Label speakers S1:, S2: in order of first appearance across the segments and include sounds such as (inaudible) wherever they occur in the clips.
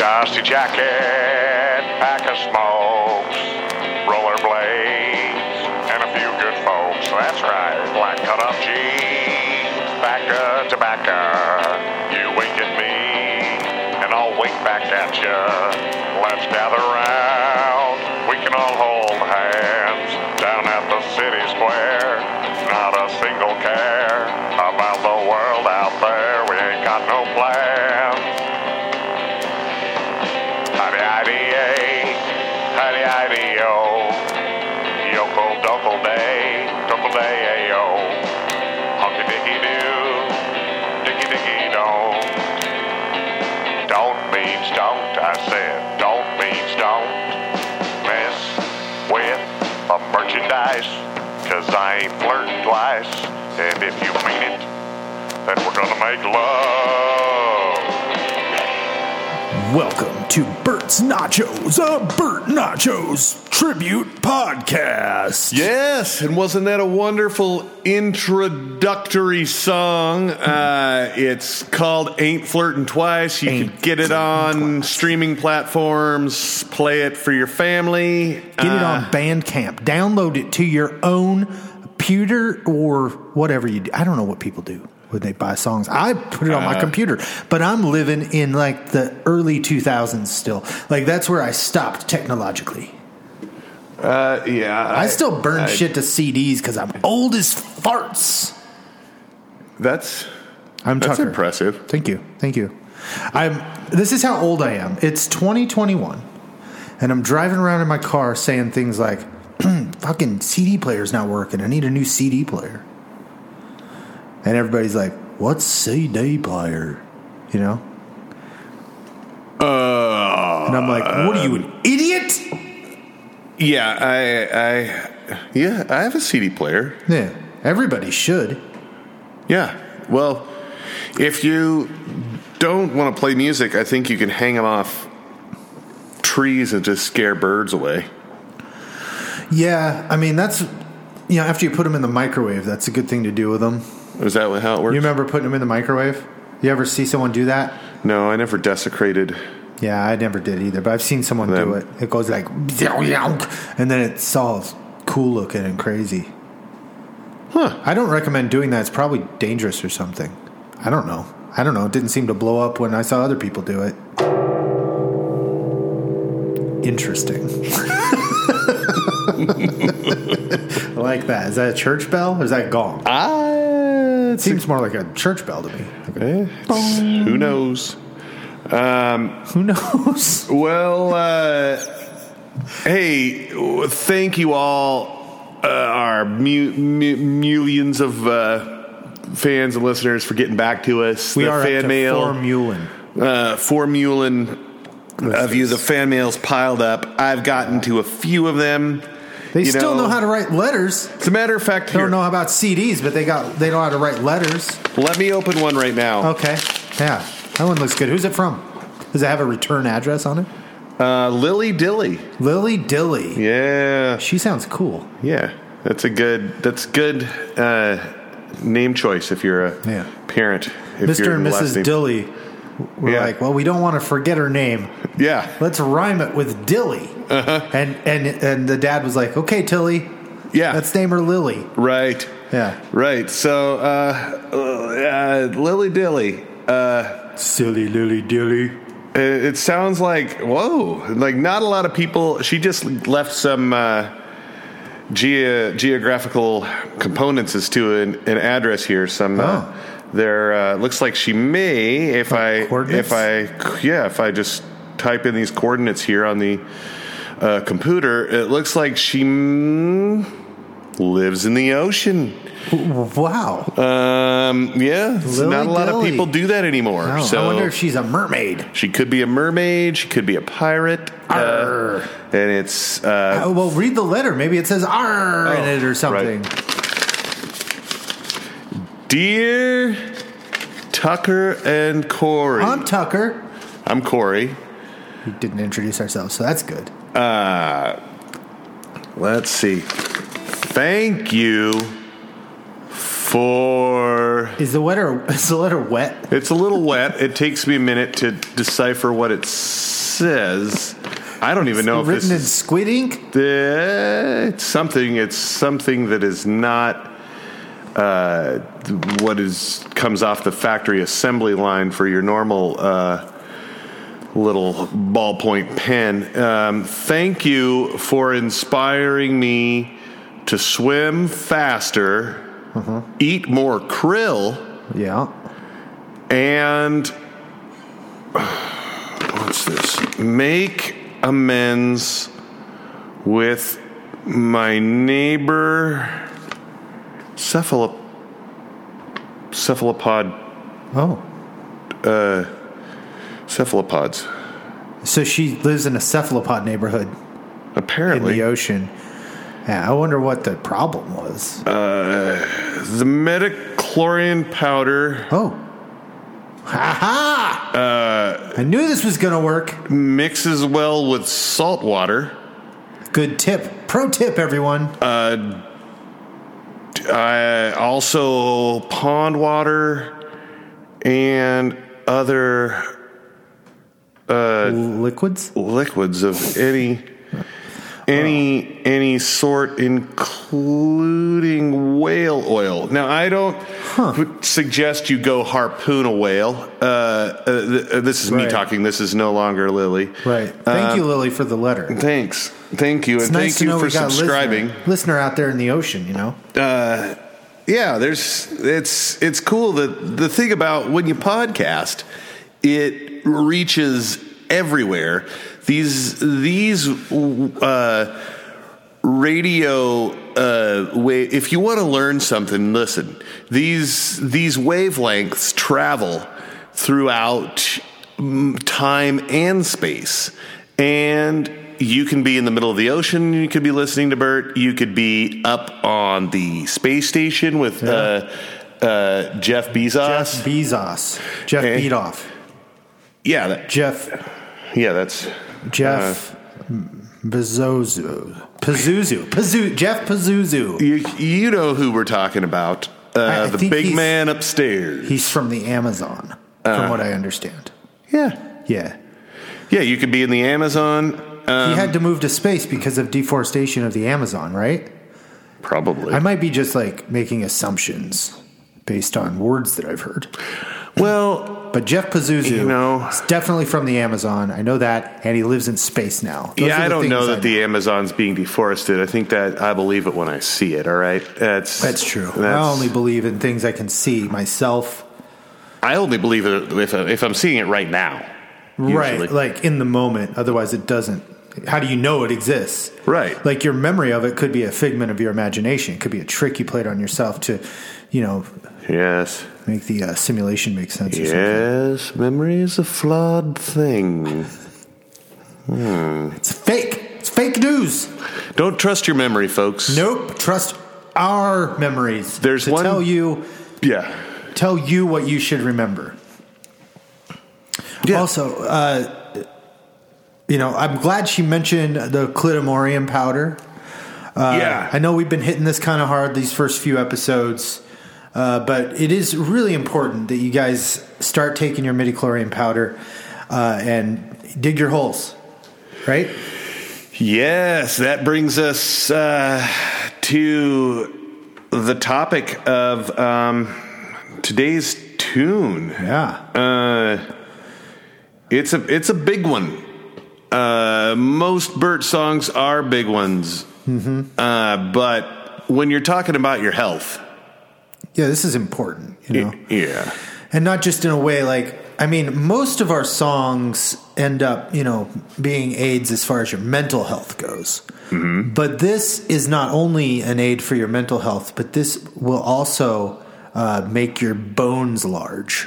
S1: Dusty jacket, pack of smokes, rollerblades, and a few good folks. That's right, black cut-off jeans, back of tobacco. You wink at me, and I'll wink back at you. Let's gather round. We can all hold hands down at the city square. Not a single care about the world out there. We ain't got no plans. Howdy, howdy, yay. Howdy, howdy, yo. Yoko, doko, day. Doko, day, ayo. Honky, dicky, doo. Dicky, dicky, don't. Don't means don't. I said, don't means don't. Mess with a merchandise. Cause I ain't flirting twice. And if you mean it, then we're gonna make love.
S2: Welcome to Bert's Nachos, a Bert Nachos tribute podcast.
S3: Yes, and wasn't that a wonderful introductory song? Uh, it's called "Ain't Flirtin' Twice." You
S2: Ain't
S3: can get it
S2: Flirtin'
S3: on
S2: Twice.
S3: streaming platforms. Play it for your family. Uh,
S2: Get it on Bandcamp. Download it to your own computer or whatever you do. I don't know what people do when they buy songs. I put it on
S3: Uh.
S2: my computer, but I'm living in like the early 2000s still. Like that's where I stopped technologically.
S3: Uh, yeah,
S2: I, still burn
S3: I-
S2: shit to CDs because I'm old as farts.
S3: That's
S2: I'm
S3: that's
S2: Tucker.
S3: impressive.
S2: Thank you. Thank you. I'm this is how old I am. It's 2021 and I'm driving around in my car saying things like (clears throat) fucking CD player's not working. I need a new CD player. And everybody's like, "What's CD player?" You know?
S3: Uh,
S2: And I'm like, "What are you an idiot?"
S3: yeah, I, I, yeah, I have a CD player.
S2: Yeah. Everybody should.
S3: Yeah. Well, if you don't want to play music, I think you can hang them off trees and just scare birds away.
S2: Yeah, I mean, that's you know, after you put them in the microwave, that's a good thing to do with them.
S3: Is that how it works?
S2: You remember putting them in the microwave? You ever see someone do that?
S3: no, I never desecrated.
S2: Yeah, I never did either, but I've seen someone do it.
S3: Them.
S2: It goes like, and then it's all cool looking and crazy. Huh. I don't recommend doing that. It's probably dangerous or something. I don't know. I don't know. It didn't seem to blow up when I saw other people do it. Interesting. (laughs) I like that. Is that a church bell or is that gong?
S3: Ah,
S2: It seems more like a church bell to me. Like a-
S3: eh, who knows?
S2: Who
S3: (laughs)
S2: knows?
S3: Well, uh, hey, w- thank you all, uh, our mu- mu- millions of uh, fans and listeners for getting back to us.
S2: We
S3: The
S2: are up
S3: fan
S2: to
S3: mail.
S2: four mulin.
S3: uh, four mulin of you. The fan mails piled up. I've gotten to a few of them.
S2: They still know how to write letters.
S3: As a matter of fact,
S2: They
S3: here,
S2: don't know about CDs, but they got they know how to write letters.
S3: let me open one right now.
S2: Okay, yeah, that one looks good. Who's it from? Does it have a return address on it?
S3: Uh, Lily Dilly.
S2: Lily Dilly.
S3: Yeah,
S2: She sounds cool.
S3: yeah. That's a good. That's good uh, name choice if you're a
S2: Yeah.
S3: parent. If
S2: Mr.
S3: you're
S2: and
S3: the last
S2: Mrs.
S3: name-
S2: Dilly. We're
S3: Yeah.
S2: like, well, we don't want to forget her name.
S3: Yeah,
S2: Let's rhyme it with Dilly.
S3: Uh-huh.
S2: And and and the dad was like, okay, Tilly,
S3: yeah.
S2: let's name her Lily.
S3: right.
S2: Yeah,
S3: Right. So, uh, uh, Lily Dilly. Uh,
S2: silly Lily Dilly.
S3: It it sounds like whoa, like not a lot of people. She just left some uh, geo geographical components as to an, an address here. Some uh,
S2: Oh.
S3: there uh, looks like she may, if I,
S2: coordinates?
S3: if I, yeah, if I just type in these coordinates here on the uh, computer, it looks like she mm, lives in the ocean.
S2: Wow.
S3: Um, yeah, it's
S2: Lily
S3: not a lot
S2: dilly.
S3: of people do that anymore.
S2: Oh,
S3: so
S2: I wonder if she's a mermaid.
S3: she could be a mermaid. She could be a pirate.
S2: Arr.
S3: Uh, and it's uh,
S2: Oh, well, read the letter. Maybe it says R in
S3: Oh,
S2: it or something.
S3: dear Tucker and Corey.
S2: I'm Tucker.
S3: I'm Corey.
S2: We didn't introduce ourselves, so that's good.
S3: Let's see. Thank you for
S2: Is the letter (laughs) is the letter wet?
S3: It's a little wet. It takes me a minute to decipher what it says. I don't even know if this
S2: Written in
S3: is
S2: squid ink?
S3: uh, it's something. It's something that is not uh, what is comes off the factory assembly line for your normal uh, little ballpoint pen. Um, thank you for inspiring me to swim faster, eat more krill
S2: Yeah.
S3: and (sighs) what's this? Make amends with my neighbor cephalop cephalopod
S2: Oh.
S3: cephalopods.
S2: So she lives in a cephalopod neighborhood in
S3: Apparently,
S2: the ocean. Yeah, I wonder what the problem was.
S3: Uh, the metachlorian powder
S2: oh. Ha ha!
S3: uh,
S2: I knew this was going to work.
S3: mixes well with salt water.
S2: Good tip. Pro tip, everyone.
S3: uh, also pond water and other
S2: Liquids?
S3: liquids of any any any sort including whale oil now i don't would suggest you go harpoon a whale uh, uh, th- uh, this is me
S2: Right.
S3: talking this is no longer lily Uh,
S2: Right. Thank you, Lily, for the letter.
S3: thanks thank you
S2: It's
S3: and
S2: nice
S3: thank
S2: to know
S3: you for
S2: we got
S3: subscribing
S2: listener, listener out there in the ocean, you know?
S3: uh, yeah, there's it's it's cool that the thing about when you podcast, it reaches everywhere. These these uh, radio uh, way. If you want to learn something, listen. These these wavelengths travel throughout mm, time and space, and you can be in the middle of the ocean. You could be listening to Bert. You could be up on the space station with uh, uh, Jeff Bezos.
S2: Jeff Bezos. Jeff
S3: Okay.
S2: Beatoff.
S3: yeah, that,
S2: Jeff.
S3: yeah, that's
S2: Jeff.
S3: Uh,
S2: Bezozu. Pazuzu. Pazu- Jeff Pazuzu.
S3: you. You know who we're talking about.
S2: I-
S3: Uh,
S2: I
S3: the
S2: think
S3: big
S2: he's-
S3: man upstairs.
S2: He's from the Amazon,
S3: Uh.
S2: from what I understand.
S3: yeah,
S2: Yeah.
S3: yeah. You could be in the Amazon. Uh,
S2: he had to move to space because of deforestation of the Amazon, right?
S3: probably.
S2: I might be just like making assumptions based on words that I've heard.
S3: well,
S2: But Jeff Pazuzu
S3: You know-
S2: is definitely from the Amazon. I know that. And he lives in space now. Those are
S3: yeah,
S2: the
S3: I don't
S2: things
S3: know that the Amazon's being deforested. I think that I believe it when I see it. All right, that's
S2: That's true.
S3: that's-
S2: I only believe in things I can see myself.
S3: I only believe it if if I'm seeing it right now. usually.
S2: Right. Like in the moment. Otherwise, it doesn't. How do you know it exists?
S3: Right.
S2: Like your memory of it could be a figment of your imagination. It could be a trick you played on yourself to, you know,
S3: yes,
S2: make the uh, simulation make sense or something.
S3: yes. Memory is a flawed thing.
S2: It's fake. It's fake news.
S3: Don't trust your memory, folks.
S2: Nope. Trust our memories.
S3: There's
S2: to
S3: one-
S2: tell you
S3: Yeah.
S2: tell you what you should remember.
S3: Yeah.
S2: Also, uh, you know, I'm glad she mentioned the clitomorium powder.
S3: yeah.
S2: Uh, I know we've been hitting this kind of hard these first few episodes, uh, but it is really important that you guys start taking your midichlorian powder uh, and dig your holes, right?
S3: Yes, that brings us uh, to the topic of um, today's tune.
S2: Yeah.
S3: Uh, it's a it's a big one. Uh, most Bert songs are big ones, uh, but when you're talking about your health,
S2: Yeah, this is important, you know.
S3: yeah,
S2: and not just in a way like I mean, most of our songs end up, you know, being aids as far as your mental health goes.
S3: Mm-hmm.
S2: But this is not only an aid for your mental health, but this will also uh, make your bones large.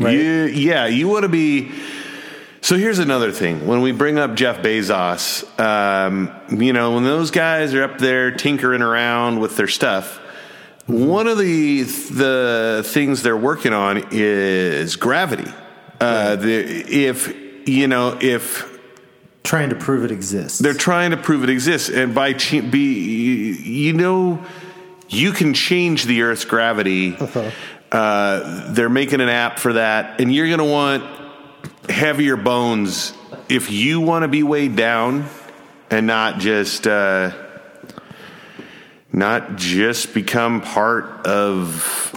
S2: Right.
S3: You, yeah, you want to be. So here's another thing. When we bring up Jeff Bezos, um, you know, when those guys are up there tinkering around with their stuff, one of the the things they're working on is gravity. Uh, the, if you know if
S2: Trying to (laughs) prove it exists.
S3: they're trying to prove it exists, and by ch- be you know you can change the Earth's gravity. Uh, they're making an app for that, and you're going to want heavier bones if you want to be weighed down and not just uh, not just become part of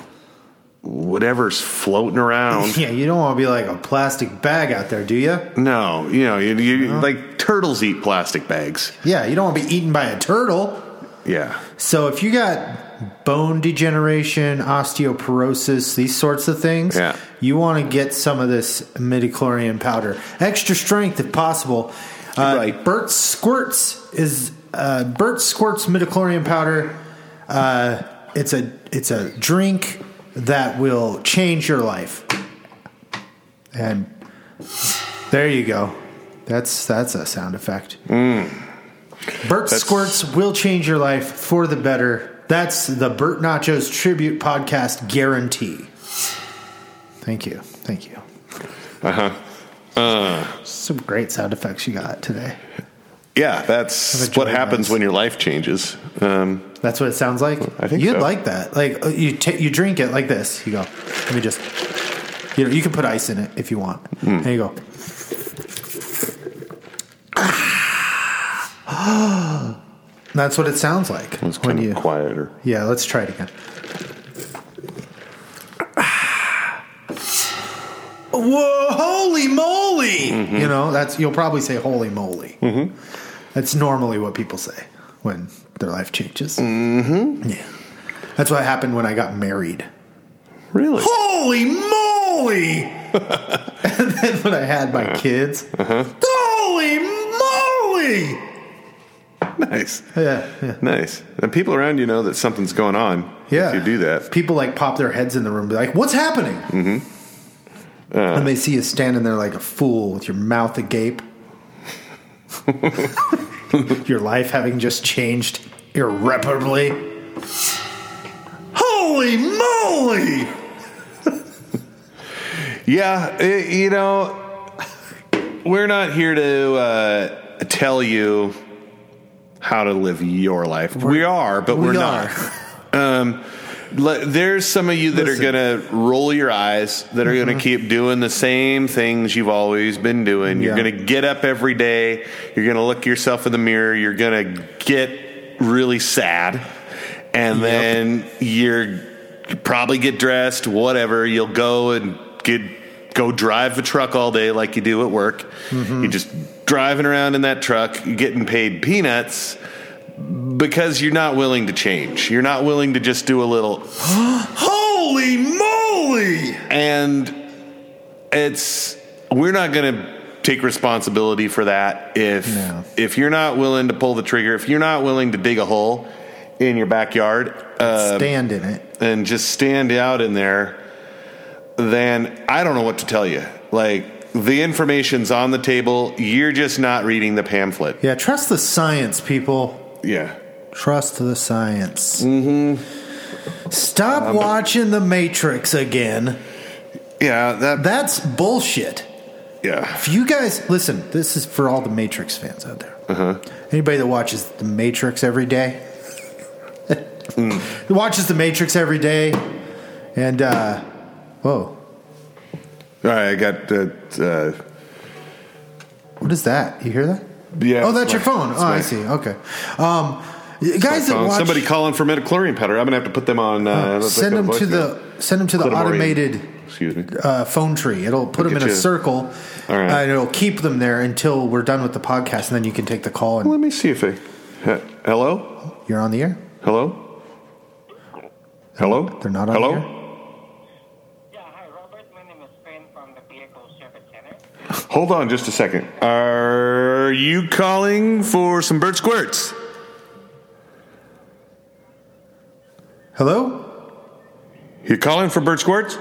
S3: whatever's floating around.
S2: (laughs) Yeah, you don't want to be like a plastic bag out there, do you?
S3: No, you know, you, you like turtles eat plastic bags.
S2: Yeah, you don't want to be eaten by a turtle.
S3: Yeah.
S2: So if you got bone degeneration, osteoporosis, these sorts of things,
S3: Yeah.
S2: you want to get some of this midichlorian powder. Extra strength if possible. Uh,
S3: Right.
S2: Burt Squirts is uh, Burt Squirts midichlorian powder. Uh, it's a it's a drink that will change your life. And there you go. That's that's a sound effect. Burt Squirts will change your life for the better. That's the Burt Nachos tribute podcast guarantee. Thank you. Thank you. Uh-huh.
S3: Uh.
S2: Some great sound effects you got today.
S3: Yeah, that's
S2: enjoyed
S3: what happens
S2: those.
S3: when your life changes. Um,
S2: That's what it sounds like.
S3: I think
S2: you'd
S3: so.
S2: like that. Like uh, you, ta you drink it like this. You go. Let me just. You know, you can put ice in it if you want.
S3: Hmm.
S2: There you go. Ah. (gasps) That's what it sounds like
S3: it's kind
S2: when you.
S3: of quieter.
S2: Yeah, let's try it again. Whoa! Holy moly! You know that's you'll probably say "holy moly." Mm-hmm. That's normally what people say when their life changes. Mm-hmm. Yeah, that's what happened when I got married. (laughs)
S3: Really?
S2: Holy (laughs) moly! and then when I had my kids, holy moly!
S3: Nice.
S2: Yeah, yeah.
S3: Nice. And people around you know that something's going on.
S2: Yeah.
S3: If you do that.
S2: People like pop their heads in the room and be like, what's happening? Mm-hmm.
S3: Uh.
S2: and they see you standing there like a fool with your mouth
S3: (laughs)
S2: agape. your life having just changed irreparably. Holy moly!
S3: Yeah, it, you know, we're not here to uh, tell you how to live your life. We're, but we're
S2: we
S3: not. (laughs) Um, le- there's some of you that
S2: Listen. Mm-hmm.
S3: are going to roll your eyes, that are going to keep doing the same things you've always been doing. You're
S2: Yeah.
S3: going to get up every day. You're going to look yourself in the mirror. You're going to get really sad. And then you're you probably get dressed, whatever. You'll go and get go drive a truck all day like you do at work. You're just driving around in that truck, you're getting paid peanuts because you're not willing to change. You're not willing to just do a little holy moly and it's we're not going to take responsibility for that if
S2: No.
S3: if you're not willing to pull the trigger, if you're not willing to dig a hole in your backyard uh,
S2: Stand in it.
S3: and just stand out in there, then I don't know what to tell you. Like the information's on the table, you're just not reading the pamphlet.
S2: Yeah, trust the science, people.
S3: Yeah.
S2: Trust the science. Mm-hmm.
S3: Mm-hmm.
S2: Stop
S3: Um,
S2: watching The Matrix again.
S3: Yeah, that,
S2: That's bullshit.
S3: yeah.
S2: If you guys listen, this is for all the Matrix fans out there.
S3: Uh-huh.
S2: Anybody that watches the Matrix every day,
S3: Mm.
S2: that (laughs) watches the Matrix every day, and uh, whoa,
S3: All right, I got uh, uh
S2: what is that? You hear that?
S3: yeah.
S2: oh, that's your
S3: my-
S2: phone.
S3: it's
S2: Oh, I
S3: my-
S2: see. Okay, um, guys
S3: my
S2: that
S3: phone.
S2: watch,
S3: Somebody calling for metachlorine powder. I'm gonna have to put them on. Uh,
S2: send them to the send them to the
S3: Clitamorine.
S2: automated
S3: Excuse me.
S2: uh, phone tree. It'll put
S3: Look
S2: them in
S3: at
S2: a
S3: you.
S2: circle,
S3: All right.
S2: and it'll keep them there until we're done with the podcast, and then you can take the call and
S3: Let me see if I. he- Hello.
S2: you're on the air.
S3: Hello. Hello.
S2: They're not on
S3: Hello.
S2: here?
S4: Yeah, hi, Robert. My name is Finn from the Vehicle Service Center.
S3: Hold on just a second. Are you calling for some bird squirts?
S2: Hello.
S3: You calling for bird squirts?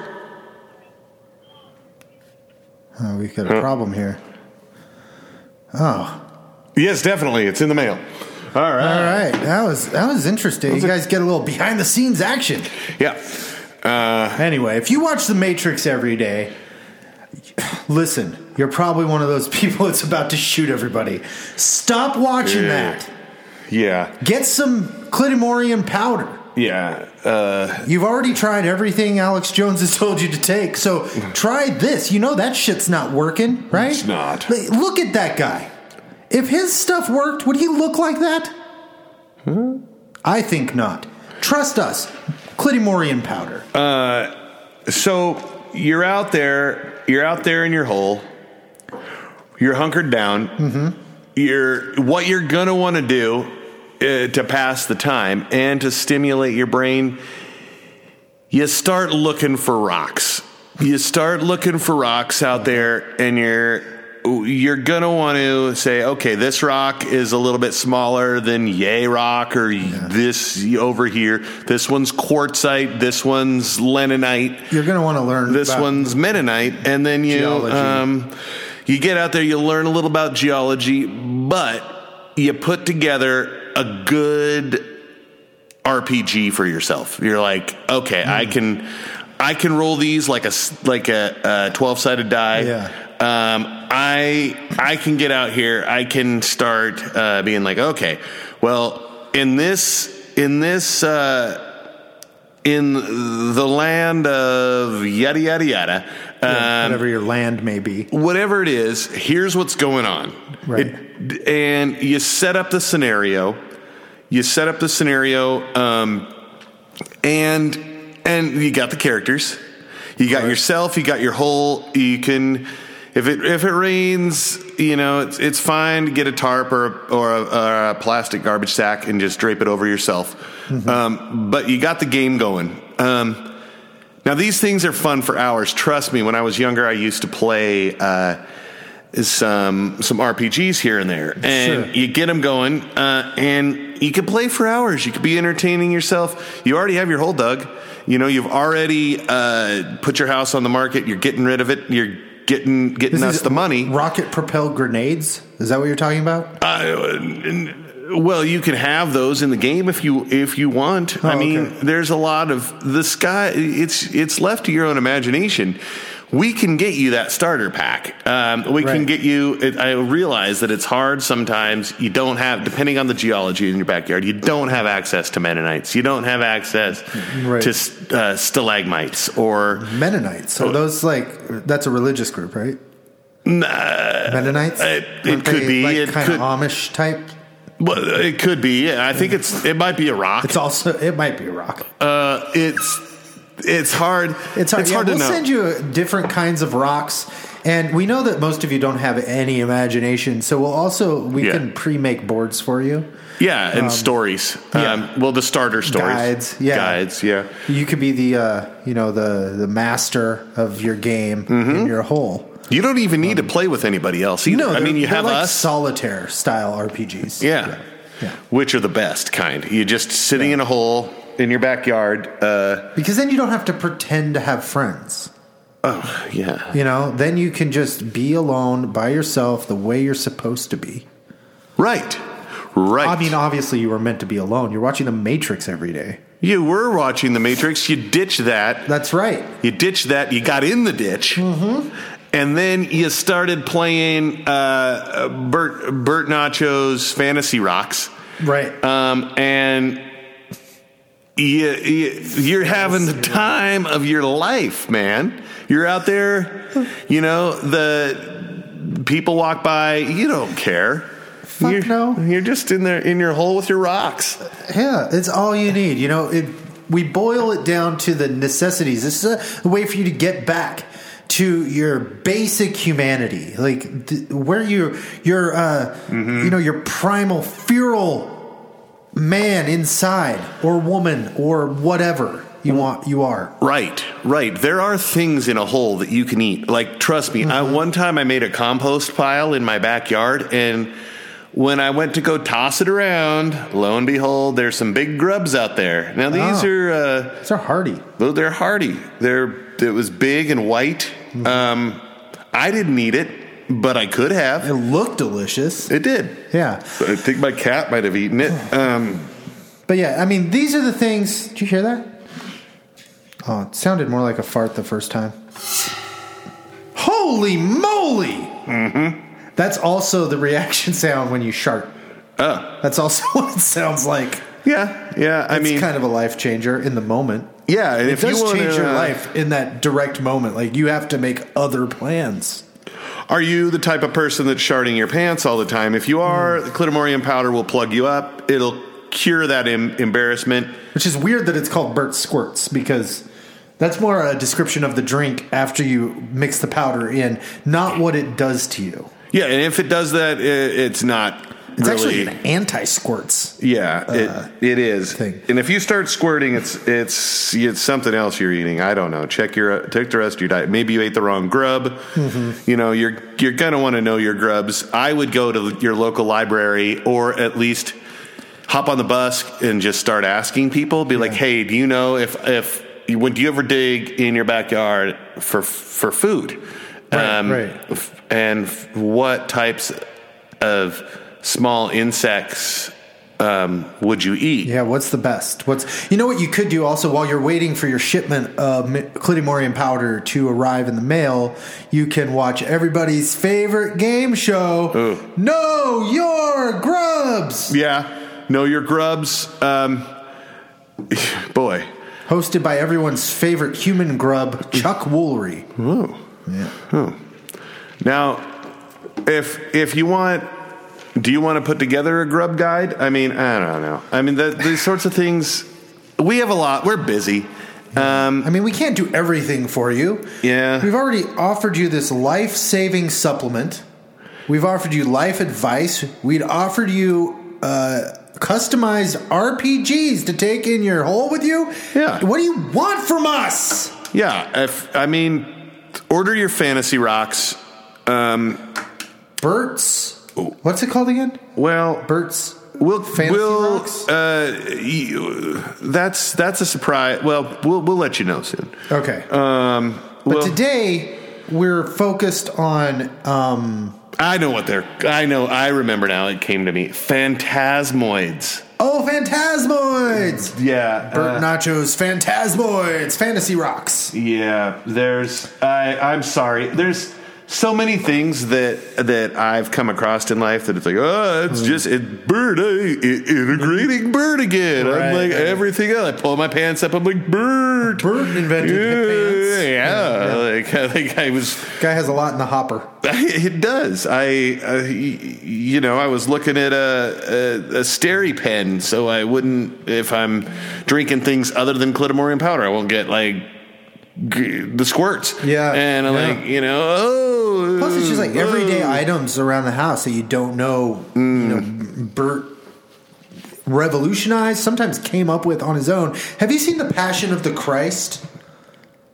S2: Oh, we've got a problem here. Oh,
S3: Yes, definitely. It's in the mail. All right.
S2: all right. That was that was interesting. You guys get a little behind the scenes action.
S3: Yeah. Uh,
S2: Anyway, if you watch The Matrix every day, listen, you're probably one of those (laughs) people that's about to shoot everybody. Stop watching
S3: Yeah.
S2: that.
S3: yeah.
S2: Get some clitamorium powder.
S3: Yeah. Uh,
S2: You've already tried everything Alex Jones has (laughs) told you to take, so try this. You know that shit's not working, right?
S3: It's not.
S2: Like, Look at that guy. If his stuff worked, would he look like that?
S3: Hmm?
S2: I think not. Trust us. Clitimorian powder.
S3: Uh, so you're out there you're out there in your hole you're hunkered down you're what you're gonna want to do uh, to pass the time and to stimulate your brain you start looking for rocks you start looking for rocks out there and you're you're gonna want to say okay this rock is a little bit smaller than yay rock or this over here this one's quartzite this one's leninite
S2: You're going to want to learn
S3: this
S2: about-
S3: one's Mennonite, and then you
S2: Geology.
S3: um, you get out there, you learn a little about geology, but you put together a good RPG for yourself. You're like, okay,
S2: Hmm.
S3: I can I can roll these like a s- like a twelve sided die.
S2: Yeah.
S3: Um, I I can get out here. I can start uh, being like, okay, well, in this in this. Uh, in the land of yada yada yada,
S2: Yeah,
S3: um,
S2: whatever your land may be.
S3: whatever it is. Here's what's going on,
S2: Right.
S3: It- and you set up the scenario. You set up the scenario, um, and and you got the characters. You got yourself. You got your whole. You can. If it if it rains, you know it's it's fine to get a tarp or a- or a, or a plastic garbage sack and just drape it over yourself. Um, but you got the game going. Um, now these things are fun for hours. Trust me. When I was younger, I used to play uh, some some RPGs here and there, and
S2: Sure.
S3: you get them going, uh, and you can play for hours. You could be entertaining yourself. You already have your hole dug. You know, you've already uh, put your house on the market. You're getting rid of it. You're getting getting us the money.
S2: Rocket propelled grenades? Is that what you're talking about?
S3: Uh, well, you can have those in the game if you if you want. I
S2: Oh,
S3: mean,
S2: okay.
S3: there's a lot of the sky. It's it's left to your own imagination. We can get you that starter pack. Um, we can
S2: Right.
S3: get you. It, I realize that it's hard sometimes. You don't have, depending on the geology in your backyard, you don't have access to Mennonites. You don't have access
S2: Right.
S3: to uh, stalagmites or
S2: Mennonites.
S3: uh,
S2: So those like that's a religious group, right? Mennonites.
S3: uh, it- it
S2: Aren't
S3: could
S2: they,
S3: be,
S2: like,
S3: it
S2: kind
S3: could-
S2: of Amish type.
S3: well, it could be. I think it's it might be a rock.
S2: It's also it might be a rock.
S3: uh, it's it's hard.
S2: It's hard, yeah,
S3: to
S2: we'll
S3: know.
S2: send you different kinds of rocks, and we know that most of you don't have any imagination. So we'll also we
S3: Yeah.
S2: can pre-make boards for you.
S3: yeah, and stories.
S2: Um, yeah.
S3: Um, well, the starter stories,
S2: Guides, yeah.
S3: guides, yeah.
S2: You could be the uh, you know the the master of your game in your hole.
S3: You don't even need to play with anybody else. Mm-hmm. You know, I
S2: Um, they're-
S3: mean, you
S2: they're
S3: have
S2: like
S3: us,
S2: solitaire style RPGs.
S3: yeah.
S2: Yeah.
S3: which are the best kind. You're just sitting in a hole in your backyard. Uh,
S2: because then you don't have to pretend to have friends.
S3: oh, yeah.
S2: You know, then you can just be alone by yourself the way you're supposed to be.
S3: right, right.
S2: I mean, obviously, you were meant to be alone. You're watching The Matrix every day.
S3: you were watching The Matrix. You ditched that.
S2: That's right.
S3: You ditched that. You got in the ditch. And then you started playing uh, Bert, Bert Nacho's Fantasy Rocks.
S2: Right.
S3: um, and you, you, you're having the time of your life, man. You're out there, you know the people walk by. You don't care.
S2: Fuck
S3: you're,
S2: no.
S3: You're just in there in your hole with your rocks.
S2: yeah, it's all you need. You know, it, we boil it down to the necessities. This is a, a way for you to get back to your basic humanity, like th- where you, your, uh, you know, your primal, feral man inside, or woman, or whatever you want, you are.
S3: Right, right. There are things in a hole that you can eat. Like, trust me,
S2: Mm-hmm.
S3: I, one time I made a compost pile in my backyard, and when I went to go toss it around, lo and behold, there's some big grubs out there. Now, these
S2: Oh.
S3: are. Uh,
S2: It's a hardy.
S3: Though they're hardy. They're it was big and white.
S2: Mm-hmm.
S3: Um, I didn't eat it, but I could
S2: It
S3: have.
S2: looked delicious.
S3: It did.
S2: Yeah.
S3: I think my cat might have eaten it. Um,
S2: But yeah, I mean, these are the things. Did you hear that? Oh, it sounded more like a fart the first time. Holy moly! Mm-hmm. That's also the reaction (laughs) sound when you shart.
S3: uh,
S2: (laughs) That's also what it sounds like.
S3: Yeah, yeah. I
S2: it's
S3: mean,
S2: kind of a life changer in the moment.
S3: yeah. And
S2: It
S3: if
S2: does
S3: you wanna,
S2: change your
S3: uh,
S2: life in that direct moment. Like you have to make other plans.
S3: Are you the type of person that's sharding your pants all the time? If you
S2: Hmm.
S3: are, the clitomorium powder will plug you up. It'll cure that em- embarrassment.
S2: Which is weird that it's called Burt Squirts because that's more a description of the drink after you mix the powder in, not what it does to you.
S3: Yeah, and if it does that, i it's not.
S2: It's
S3: really,
S2: actually an anti squirts.
S3: yeah, it, it is.
S2: Uh, thing.
S3: And if you start squirting, it's it's it's something else you're eating. I don't know. Check your check the rest of your diet. Maybe you ate the wrong grub.
S2: Mm-hmm.
S3: You know, you're you're gonna want to know your grubs. I would go to your local library or at least hop on the bus and just start asking people. Be like, hey, do you know if if when do you ever dig in your backyard for for food? Um,
S2: Right, right.
S3: f- And f- what types of small insects um, would you eat?
S2: Yeah, what's the best? What's you know what you could do also while you're waiting for your shipment of mi- clitomorium powder to arrive in the mail, you can watch everybody's favorite game show.
S3: Ooh.
S2: Know your grubs,
S3: Yeah. Know your grubs. Um, (laughs) boy.
S2: hosted by everyone's favorite human
S3: (laughs)
S2: grub, Chuck Woolery.
S3: Whoa. Now, if if you want, do you want to put together a grub guide? I mean, I don't know. I mean, the, these sorts of things. We have a lot. We're busy. Um,
S2: I mean, we can't do everything for you.
S3: Yeah.
S2: We've already offered you this life saving supplement. We've offered you life advice. We'd offered you uh, customized RPGs to take in your hole with you.
S3: Yeah.
S2: What do you want from us?
S3: yeah. If I mean, order your fantasy rocks. Um,
S2: Burt's. What's it called again?
S3: well,
S2: Burt's.
S3: we'll
S2: Fantasy
S3: we'll
S2: Rocks?
S3: uh, you, that's that's a surprise. Well, we'll we'll let you know soon.
S2: Okay.
S3: Um,
S2: but
S3: we'll-
S2: today, we're focused on. Um,
S3: I know what they're. I know. I remember now. It came to me. Phantasmoids.
S2: oh, Phantasmoids!
S3: Uh. Yeah.
S2: Burt Nacho's Phantasmoids! Fantasy Rocks!
S3: Yeah, there's. I, I'm sorry. There's so many things that that I've come across in life that it's like, oh, it's just it bird eh, i- integrating bird again.
S2: Right,
S3: I'm like
S2: right.
S3: everything else. I pull my pants up. I'm like bird.
S2: Bird invented hip
S3: Yeah,
S2: pants.
S3: yeah, Like, (laughs) I think I was.
S2: Guy has a lot in the hopper.
S3: It does. I, uh, y- you know, I was looking at a, a, a steri pen, so I wouldn't if I'm drinking things other than clitomorium powder. I won't get like g- the squirts.
S2: Yeah,
S3: and I'm
S2: yeah.
S3: like, you know, oh.
S2: Plus, it's just like everyday
S3: oh.
S2: items around the house that you don't know. You know,
S3: Mm.
S2: Bert revolutionized. Sometimes came up with on his own. Have you seen the Passion of the Christ?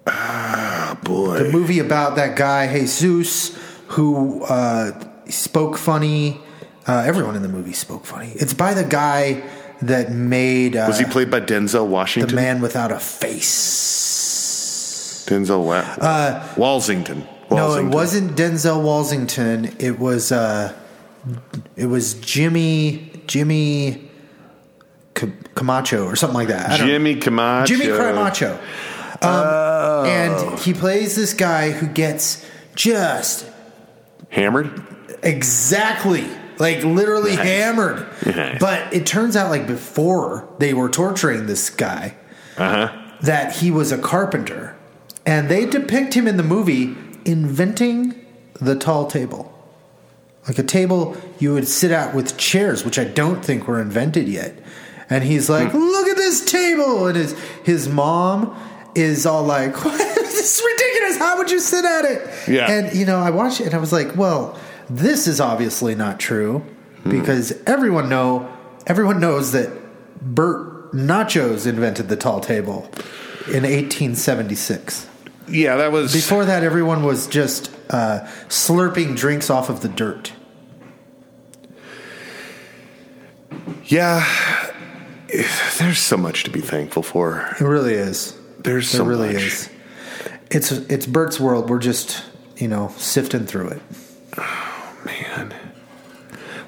S3: Oh, boy.
S2: The movie about that guy Jesus who uh, spoke funny. Uh, everyone in the movie spoke funny. It's by the guy that made uh,
S3: was he played by Denzel
S2: the
S3: Washington?
S2: man without a face.
S3: Denzel Wa- Walsington.
S2: Uh, No, it
S3: Walsington.
S2: wasn't Denzel Walsington. It was uh, it was Jimmy Jimmy C- Camacho or something like that. I don't-
S3: Jimmy Camacho. Oh.
S2: Jimmy Camacho. Um, And he plays this guy who gets just
S3: Hammered.
S2: exactly like literally
S3: Nice.
S2: hammered.
S3: Nice.
S2: But it turns out like before they were torturing this guy,
S3: Uh huh.
S2: that he was a carpenter. And they depict him in the movie inventing the tall table. Like a table you would sit at with chairs, which I don't think were invented yet. And he's like, look at this table. And his, his mom is all like, (laughs) this is ridiculous. How would you sit at it?
S3: Yeah.
S2: And, you know, I watched it and I was like, well, this is obviously not true because everyone know everyone knows that Bert Nachos invented the tall table in 1876.
S3: Yeah, that was
S2: Before that, everyone was just uh, slurping drinks off of the dirt.
S3: Yeah, there's so much to be thankful for.
S2: It really is.
S3: There's
S2: There
S3: so
S2: really
S3: much.
S2: is. It's it's Bert's world. We're just you know sifting through it.
S3: Man,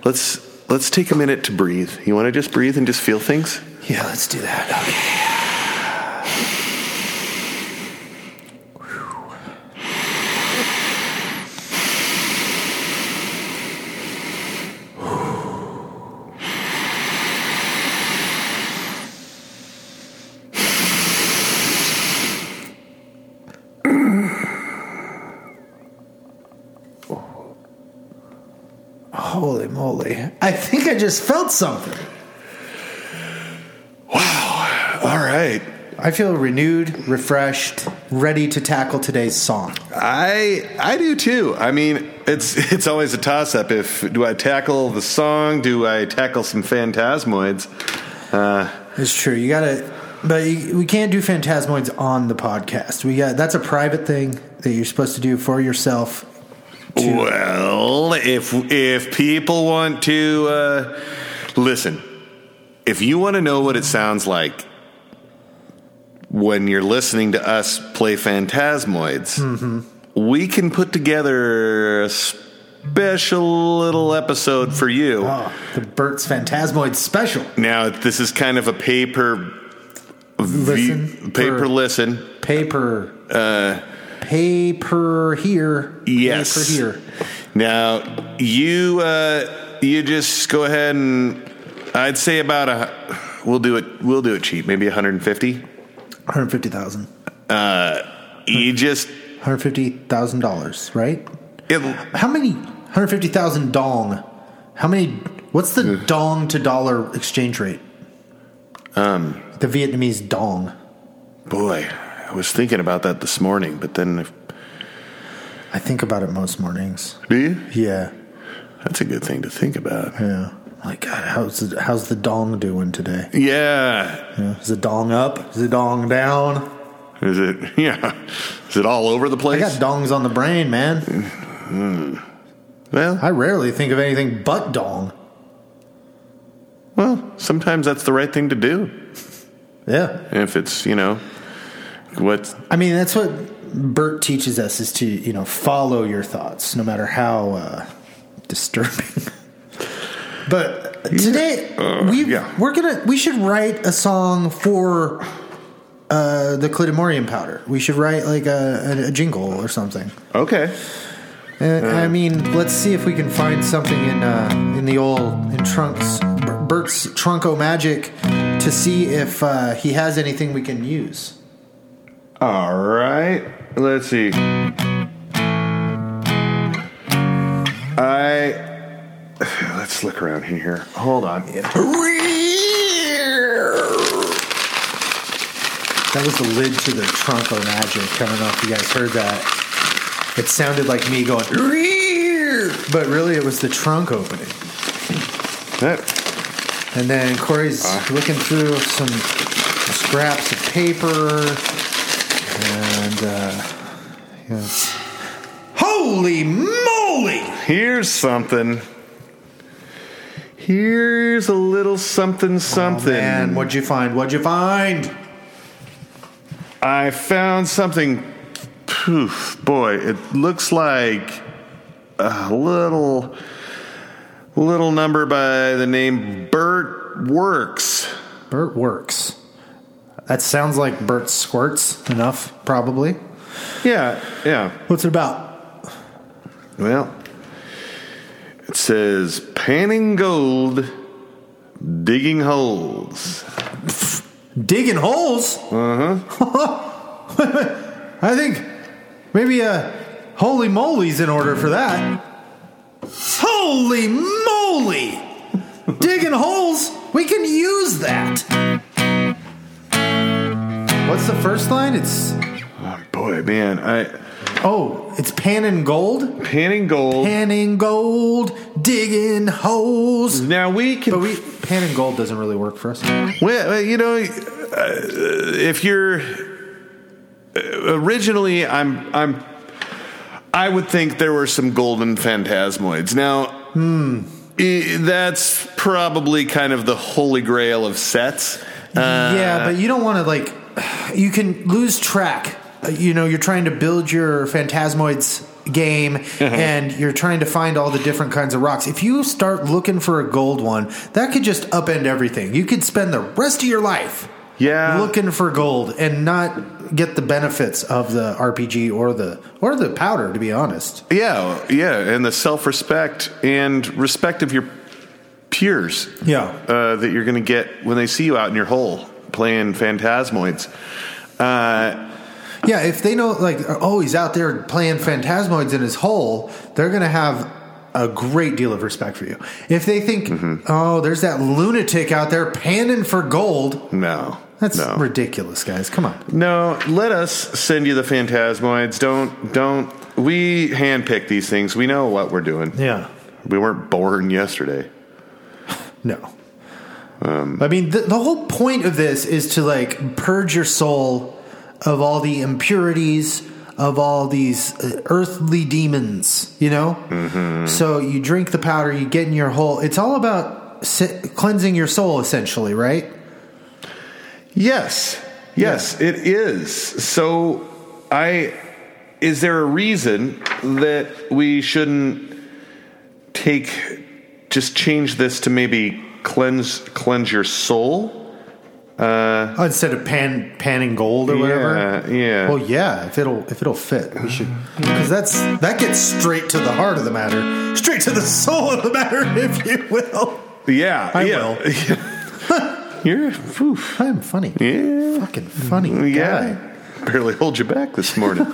S3: let's let's take a minute to breathe. You want to just breathe and just feel things?
S2: Yeah, let's do that. Okay. Holy moly. I think I just felt something.
S3: All right.
S2: I feel renewed, refreshed, ready to tackle today's song.
S3: I I do too. I mean, it's (laughs) it's always a toss up. If do I tackle the song? Do I tackle some phantasmoids? Uh,
S2: It's true. You gotta, but you, we can't do phantasmoids on the podcast. We got that's a private thing that you're supposed to do for yourself.
S3: well, if if people want to uh, listen, if you want to know what it sounds like when you're listening to us play phantasmoids, we can put together a special little episode for you.
S2: Oh, the Burt's Phantasmoid special.
S3: Now this is kind of a paper
S2: Listen,
S3: paper
S2: per-
S3: listen.
S2: Paper. Uh, paper here.
S3: Yes.
S2: Paper here.
S3: Now you uh, you just go ahead and I'd say about a we'll do it we'll do it cheap maybe 150.
S2: 150000
S3: You
S2: Hmm.
S3: just
S2: $150,000, right?
S3: it,
S2: How many? 150,000 dong. How many? What's the dong to dollar exchange rate? Um, the Vietnamese dong.
S3: boy I was thinking about that this morning but then if,
S2: I think about it most mornings.
S3: do you?
S2: Yeah,
S3: That's a good thing to think about.
S2: yeah. Like, God, how's the, how's the dong doing today?
S3: Yeah,
S2: Yeah. Is the dong up? Is the dong down?
S3: is it? (laughs) Yeah, is it all over the
S2: I
S3: place?
S2: got dongs on the brain, man.
S3: well,
S2: I rarely think of anything but dong.
S3: well, sometimes that's the right thing to do.
S2: Yeah.
S3: if it's you know what
S2: I mean, that's what Bert teaches us is to, you know, follow your thoughts, no matter how uh, disturbing. (laughs) but today,
S3: Uh,
S2: we
S3: yeah.
S2: we're gonna we should write a song for uh, the Clitomorium powder. We should write like a, a, a jingle or something.
S3: okay
S2: Uh, I mean, let's see if we can find something in uh, in the old in Trunks Bert's Trunko Magic to see if uh, he has anything we can use.
S3: all right let's see i let's look around in here hold on
S2: That was the lid to the Tronco Magic. I don't know if you guys heard that. It sounded like me going, "Rear," but really it was the trunk opening.
S3: that
S2: And then Corey's looking through some scraps of paper and, uh, yeah. Holy moly!
S3: here's something here's a little something something
S2: And what'd you find? What'd you find?
S3: I found something. Poof, boy, it looks like a little little number by the name Bert Works.
S2: Bert works. That sounds like Bert squirts enough, probably.
S3: Yeah, yeah.
S2: What's it about?
S3: Well, it says panning gold, digging holes.
S2: Digging holes? Uh huh. (laughs) I think maybe uh, holy moly's in order for that. Holy moly! Digging holes? We can use that. What's the first line? It's
S3: Oh, boy, man, I
S2: oh, it's panning gold,
S3: panning gold.
S2: panning gold, digging holes.
S3: now we can
S2: But we pan and gold doesn't really work for us.
S3: Well, uh, you know, uh, if you're uh, originally, I'm, I'm, I would think there were some golden phantasmoids. Now, i- that's probably kind of the holy grail of sets. Uh,
S2: yeah, but you don't want to like you can lose track. Uh, You know, you're trying to build your phantasmoids game and you're trying to find all the different kinds of rocks. If you start looking for a gold one, that could just upend everything. You could spend the rest of your life
S3: Yeah.
S2: looking for gold and not get the benefits of the RPG or the or the powder to be honest.
S3: Yeah, yeah, and the self-respect and respect of your peers.
S2: Yeah.
S3: uh, that you're going to get when they see you out in your hole playing phantasmoids. Uh,
S2: Yeah, if they know, like, oh, he's out there playing Phantasmoids in his hole, they're going to have a great deal of respect for you. If they think, oh, there's that lunatic out there panning for gold,
S3: No.
S2: that's
S3: no.
S2: ridiculous, guys. Come on.
S3: No, let us send you the phantasmoids. Don't don't we handpick these things. We know what we're doing.
S2: Yeah.
S3: We weren't born yesterday.
S2: No. I mean, the, the whole point of this is to like purge your soul of all the impurities, of all these uh, earthly demons, you know?
S3: Mm-hmm.
S2: So you drink the powder, you get in your hole. It's all about se- cleansing your soul, essentially, right?
S3: Yes. Yes, it is. So I is there a reason that we shouldn't take just change this to maybe cleanse cleanse your soul?
S2: Instead of pan panning gold or whatever.
S3: Yeah, yeah.
S2: Well, yeah, if it'll if it'll fit, we should because that's that gets straight to the heart of the matter, straight to the soul of the matter, (laughs) if you will.
S3: yeah,
S2: I
S3: yeah. (laughs) You're whew,
S2: I'm funny,
S3: yeah. Mm,
S2: fucking funny
S3: Yeah.
S2: guy.
S3: Barely hold you back
S2: (laughs)
S3: this morning.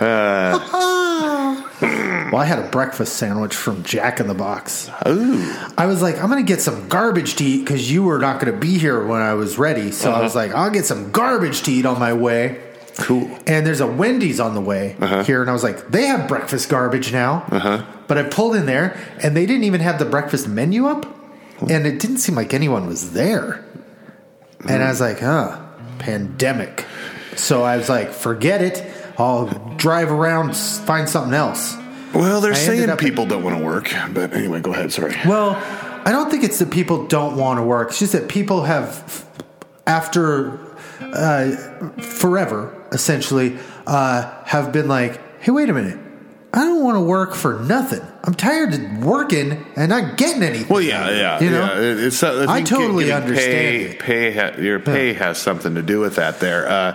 S2: Well, I had a breakfast sandwich from Jack in the Box.
S3: Ooh.
S2: I was like, I'm gonna get some garbage to eat because you were not gonna be here when I was ready. So
S3: Uh-huh.
S2: I was like, I'll get some garbage to eat on my way.
S3: Cool.
S2: And there's a Wendy's on the way here, and I was like, they have breakfast garbage now. But I pulled in there, and they didn't even have the breakfast menu up, and it didn't seem like anyone was there. And I was like, huh, pandemic. So I was like, forget it. I'll drive around, s- find something else.
S3: Well, they're
S2: I ended
S3: saying
S2: up-
S3: people don't want to work, but anyway, go ahead. Sorry.
S2: Well, I don't think it's that people don't want to work. It's just that people have, after uh, forever, essentially, uh, have been like, hey, wait a minute. I don't want to work for nothing. I'm tired of working and not getting anything.
S3: Well, yeah, yeah,
S2: You know?
S3: yeah. It- It's, uh,
S2: I
S3: think get-
S2: totally
S3: getting
S2: understand
S3: Pay,
S2: it.
S3: pay ha- your pay has something to do with that. There. Uh,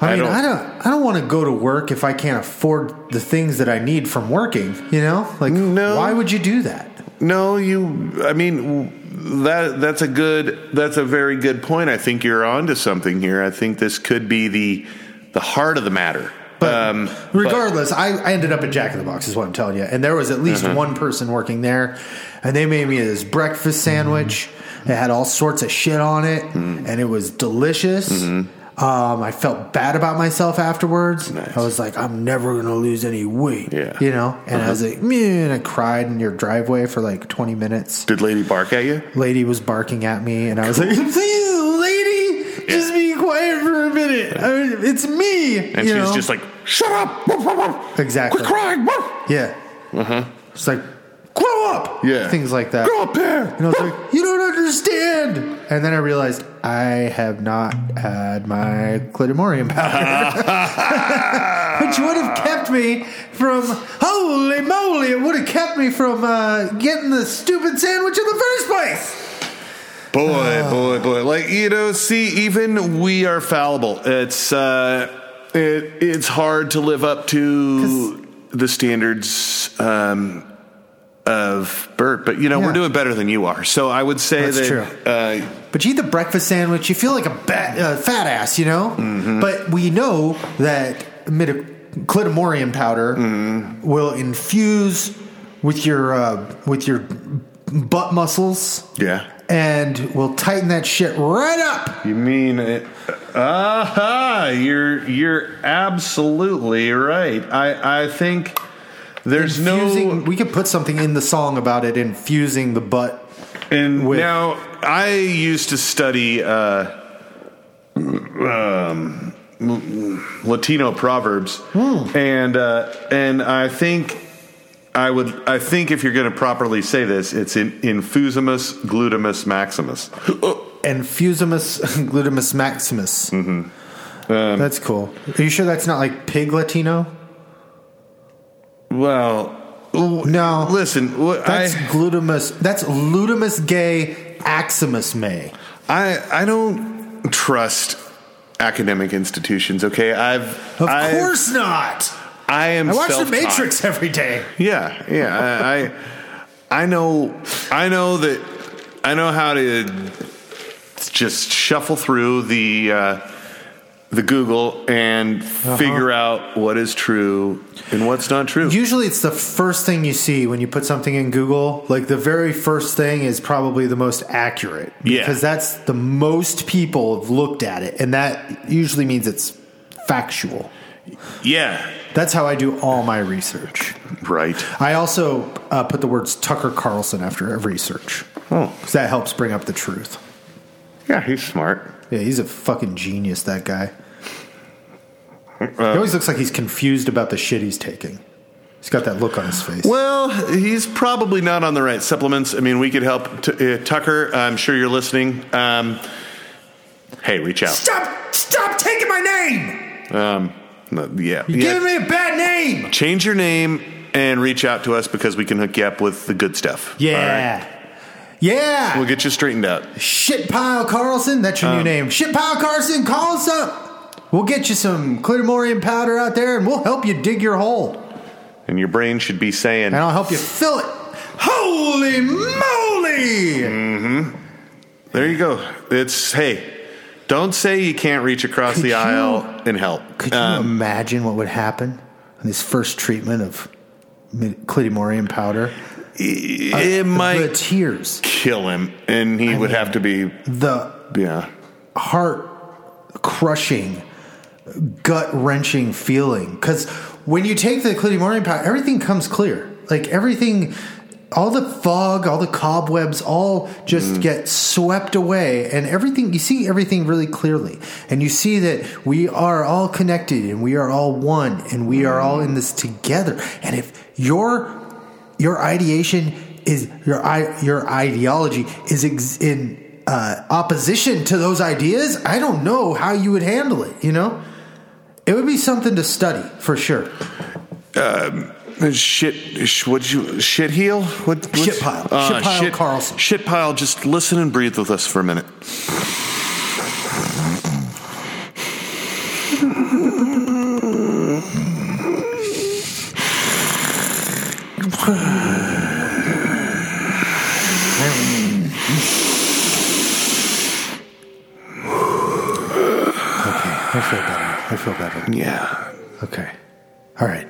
S2: I mean, I don't, I don't, want to go to work if I can't afford the things that I need from working. You know, like
S3: No.
S2: why would you do that?
S3: No, you. I mean, w- that that's a good. That's a very good point. I think you're onto something here. I think this could be the the heart of the matter.
S2: But
S3: um,
S2: regardless, I, I ended up at Jack in the Box, is what I'm telling you. And there was at least
S3: Mm-hmm.
S2: one person working there, and they made me this breakfast
S3: Mm-hmm.
S2: sandwich. It had all sorts of shit on it, and it was delicious. Um, I felt bad about myself afterwards.
S3: Mm-hmm. Nice.
S2: I was like, I'm never going to lose any weight.
S3: Yeah. Uh-huh.
S2: You know? And I was like, "Meh," and I cried in your driveway for like 20 minutes.
S3: Uh, did Lady bark at you?
S2: Lady was barking at me, and I was like, Please, lady, just be quiet for a minute. I mean, it's me.
S3: And
S2: you
S3: she's
S2: know?
S3: just like, "Shut up!
S2: Exactly.
S3: Quit crying!
S2: Yeah. Uh huh. It's like, grow up.
S3: Yeah.
S2: Things like that.
S3: Grow up there!"
S2: And I was like, you don't understand. And then I realized I have not had my clitomorium powder, (laughs) which would have kept me from, holy moly, it would have kept me from uh, getting the stupid sandwich in the first place.
S3: Boy,
S2: Ah.
S3: boy, boy! Like you know, see, even we are fallible. It's uh, it it's hard to live up to the standards um, of Bert, but you know
S2: Yeah.
S3: we're doing better than you are. So I would say
S2: That's
S3: that
S2: true.
S3: Uh,
S2: But you eat the breakfast sandwich, you feel like a bat, uh, fat ass, you know? But we know that mid- clitomorium powder will infuse with your uh, with your butt muscles
S3: yeah,
S2: and will tighten that shit right up.
S3: you mean it? Aha! You're you're absolutely right. I I think there's
S2: Infusing-
S3: no
S2: we could put something in the song about it infusing the butt.
S3: And
S2: with-
S3: now I used to study uh, um, Latino proverbs,
S2: Hmm.
S3: and uh, and I think I would I think if you're going to properly say this, it's in infusimus glutamus maximus.
S2: Infusimus (laughs) glutamus maximus. Mm-hmm. that's cool. Are you sure that's not like pig Latino?
S3: Well,
S2: No.
S3: listen, wh-
S2: That's
S3: I
S2: glutamus. That's glutamus gay aximus may.
S3: I I don't trust academic institutions. Okay, I've
S2: Of
S3: I've-
S2: course not.
S3: I am
S2: I watch The
S3: self-taught.
S2: Matrix every day.
S3: Yeah, yeah. I, I, I know, I know that, I know how to just shuffle through the uh, the Google and figure out what is true and what's not true.
S2: Usually, it's the first thing you see when you put something in Google. Like the very first thing is probably the most accurate
S3: Yeah.
S2: because that's the most people have looked at it, and that usually means it's factual.
S3: yeah.
S2: That's how I do all my research.
S3: Right.
S2: I also uh, put the words Tucker Carlson after every search
S3: Oh.
S2: because that helps bring up the truth.
S3: Yeah, he's smart.
S2: Yeah, he's a fucking genius. That guy.
S3: Uh,
S2: he always looks like he's confused about the shit he's taking. He's got that look on his face.
S3: Well, he's probably not on the right supplements. I mean, we could help t- uh, Tucker. I'm sure you're listening. Um, hey, reach out.
S2: Stop! Stop taking my name!
S3: Um, no, yeah,
S2: You're
S3: yeah.
S2: giving me a bad name.
S3: Change your name and reach out to us because we can hook you up with the good stuff. All right?
S2: Yeah, yeah.
S3: We'll Um, get you straightened out.
S2: Shit pile Carlson. That's your new name. Shit pile Carlson. Call us up. We'll get you some Clitomorium powder out there, and we'll help you dig your hole,
S3: And your brain should be saying,
S2: and I'll help you fill it. Holy moly!
S3: there you go. It's, hey, don't say you can't reach across
S2: Could
S3: the
S2: you-
S3: aisle and help. Uh,
S2: Could you imagine what would happen on this first treatment of Clitomorium powder?
S3: It
S2: the
S3: might
S2: tears,
S3: kill him, and he would have to be,
S2: the
S3: yeah.
S2: heart crushing, gut wrenching feeling. Because when you take the Clitty Morning Powder, everything comes clear. Like everything, all the fog, all the cobwebs, all just get swept away. And everything, you see everything really clearly. And you see that we are all connected and we are all one and we are all in this together. And if your your ideation is your i your ideology is ex- in uh, opposition to those ideas. I don't know how you would handle it. You know, it would be something to study for sure.
S3: Shit, sh- what'd you, shit heel? What, what's- Ah,
S2: Shit pile. Shit pile Carlson.
S3: Shit pile, just listen and breathe with us for a minute.
S2: Okay, I feel better. I feel better.
S3: Yeah.
S2: Okay, all right.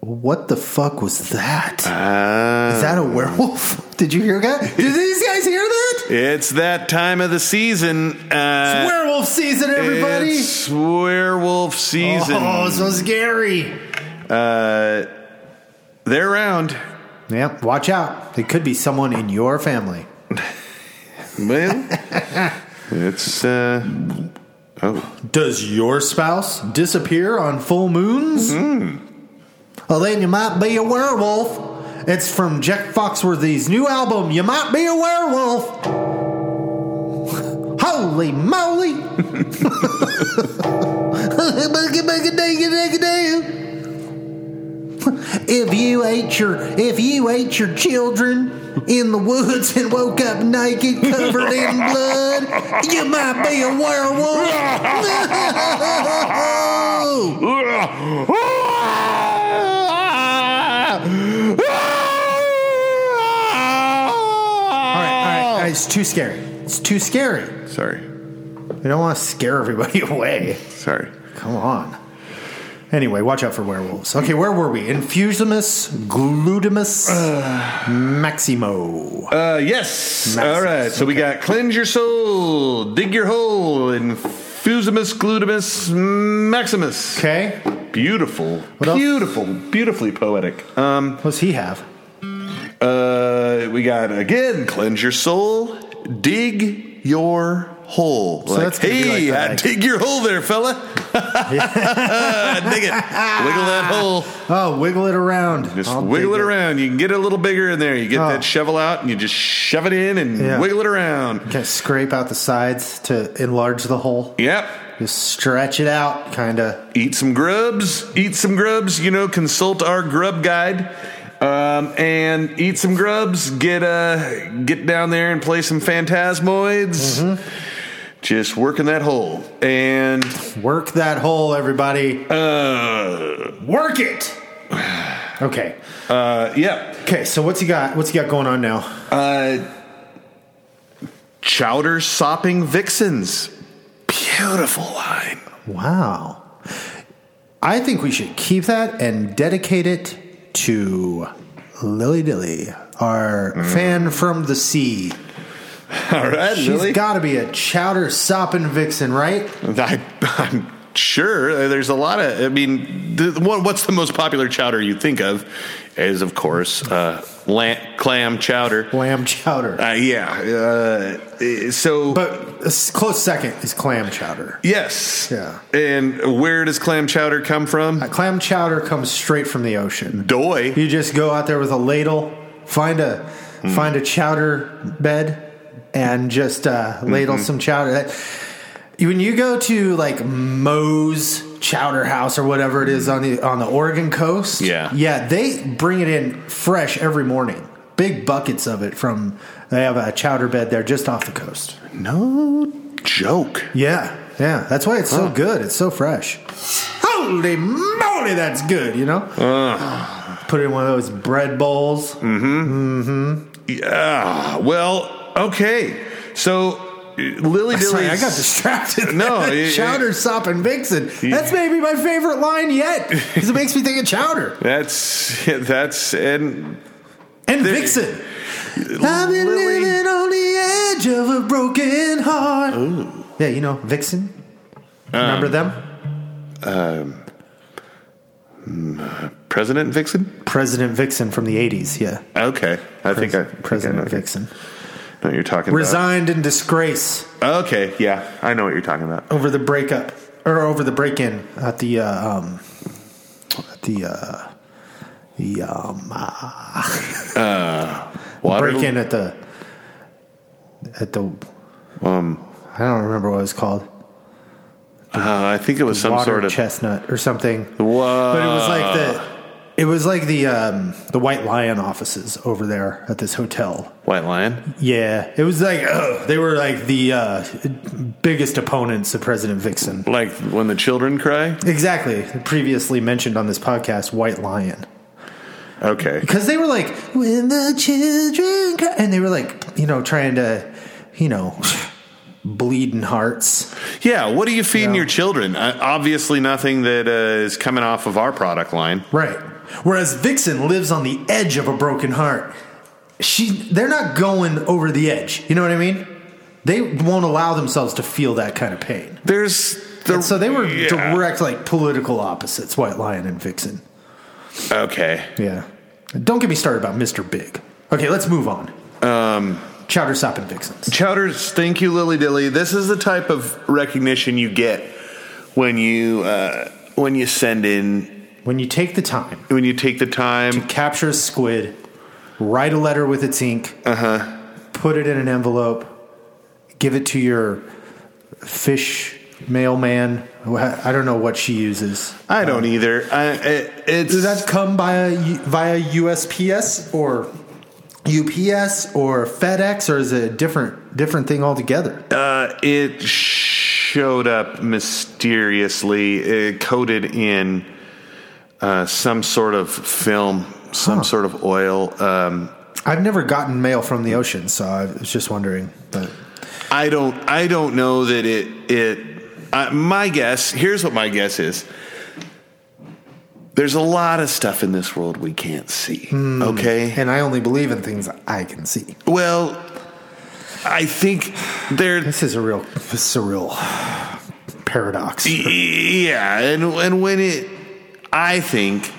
S2: What the fuck was that? Is
S3: Uh,
S2: that a werewolf? Did you hear that? Did these guys hear that?
S3: It's that time of the season. Uh,
S2: It's werewolf season, everybody!
S3: It's werewolf season.
S2: Oh, so scary.
S3: They're around.
S2: Yep, watch out. It could be someone in your family.
S3: (laughs) Well, it's uh oh
S2: Does your spouse disappear on full moons? Hmm. Well, then you might be a werewolf. It's from Jack Foxworthy's new album, You Might Be a Werewolf. (laughs) Holy moly! (laughs) if you ate your if you ate your children in the woods and woke up naked, covered (laughs) in blood, you might be a werewolf. No! All right, all right, all right, it's too scary. It's too scary.
S3: sorry.
S2: We don't want to scare everybody (laughs) away.
S3: Sorry.
S2: Come on. Anyway, watch out for werewolves. Okay, where were we? Infusimus glutimus maximo.
S3: Uh yes.
S2: Nice.
S3: All right. So we got cleanse your soul, dig your hole, infusimus glutimus maximus.
S2: Okay,
S3: Beautiful.
S2: else?
S3: Beautiful. Beautifully poetic. Um
S2: what's he have?
S3: uh we got again cleanse your soul, dig your hole. like,
S2: that's gonna be like
S3: hey,
S2: that,
S3: I
S2: like-
S3: dig your hole there, fella. (laughs) dig it. Wiggle that hole.
S2: Oh, wiggle it around.
S3: Just
S2: I'll
S3: wiggle it
S2: dig
S3: around. You can get it a little bigger in there. You get
S2: Oh.
S3: that shovel out and you just shove it in and
S2: Yeah.
S3: wiggle it around.
S2: Okay, scrape out the sides to enlarge the hole.
S3: Yep.
S2: Just stretch it out, kind of.
S3: eat some grubs, eat some grubs, you know, consult our grub guide. Um, and eat some grubs, get uh get down there and play some phantasmoids. Just working that hole. And
S2: Work that hole, everybody.
S3: uh
S2: Work it. (sighs) Okay.
S3: uh yeah.
S2: Okay. So what's he got? What's he got going on now?
S3: Uh chowder sopping vixens. Beautiful line.
S2: Wow. I think we should keep that and dedicate it to Lily Dilly, our fan from the sea.
S3: All right, Lily.
S2: She's got to be a chowder sopping vixen, right?
S3: I, I'm sure there's a lot of. I mean, the, what, what's the most popular chowder you think of? Is of course uh, lamb, clam chowder.
S2: Lamb chowder.
S3: Uh, yeah. Uh, so,
S2: But a s- close second is clam chowder.
S3: yes.
S2: Yeah.
S3: And where does clam chowder come from?
S2: Uh, Clam chowder comes straight from the ocean.
S3: Doi.
S2: You just go out there with a ladle, find a find a chowder bed, and just uh, ladle some chowder. That- When you go to like Moe's Chowder House or whatever it is on the on the Oregon coast,
S3: Yeah.
S2: yeah, they bring it in fresh every morning. Big buckets of it from they have a chowder bed there just off the coast.
S3: No joke.
S2: Yeah, yeah, that's why it's so good. It's so fresh. Holy moly, that's good. You know, put it in one of those bread bowls.
S3: Yeah. Well, okay. So, uh, Lily Dilly.
S2: Sorry, I got distracted. (laughs)
S3: No, it-
S2: chowder, sop, and vixen. That's maybe my favorite line yet because it makes me think of chowder
S3: That's that's and
S2: and
S3: There-
S2: vixen. I've been
S3: Lily-
S2: living on the edge of a broken heart. Yeah, you know vixen.
S3: Um,
S2: Remember them?
S3: President Vixen.
S2: President Vixen from the '80s. Yeah,
S3: Okay, I think I think I know-
S2: President Vixen
S3: know what you're talking
S2: resigned in disgrace
S3: about. Okay, yeah, I know what you're talking about.
S2: over the breakup or over the break-in at the uh, um, at the uh, the um,
S3: Water
S2: break in at the at the
S3: Um,
S2: I don't remember what it was called.
S3: uh, I think it was some
S2: Water
S3: sort of. Uh.
S2: chestnut or something.
S3: Whoa.
S2: But it was like the it was like the um, the White Lion offices over there at this hotel.
S3: White Lion.
S2: Yeah, it was like oh, they were like the uh, biggest opponents of President Vixen.
S3: Like when the children cry.
S2: Exactly, previously mentioned on this podcast, White Lion.
S3: Okay.
S2: because they were like when the children cry, and they were like you know trying to you know (laughs) bleeding hearts
S3: (laughs) Yeah. What are you feeding
S2: Yeah.
S3: your children? Uh, obviously, nothing that uh, is coming off of our product line.
S2: right whereas vixen lives on the edge of a broken heart she they're not going over the edge you know what i mean they won't allow themselves to feel that kind of pain
S3: There's the.
S2: and so they were
S3: Yeah.
S2: direct like political opposites white lion and vixen
S3: Okay.
S2: yeah don't get me started about mr big okay let's move on
S3: Um.
S2: chowder sop and vixens
S3: Chowders, thank you, Lily Dilly. This is the type of recognition you get when you uh, when you send in
S2: when you take the time
S3: when you take the time.
S2: capture a squid, write a letter with its ink, put it in an envelope, give it to your fish mailman. Wha- I don't know what she uses.
S3: I don't
S2: Uh,
S3: either. I, it, it's
S2: Does that come via via USPS or UPS or FedEx, or is it a different different thing altogether?
S3: uh, it showed up mysteriously, uh coated in uh, some sort of film, some
S2: Huh.
S3: sort of oil. Um,
S2: I've never gotten mail from the ocean, so I was just wondering. But
S3: I don't I don't know that it it uh, my guess here's what my guess is there's a lot of stuff in this world we can't see okay
S2: Hmm. and I only believe in things I can see.
S3: well I think there
S2: This is a real surreal paradox.
S3: (laughs) yeah and and when it I think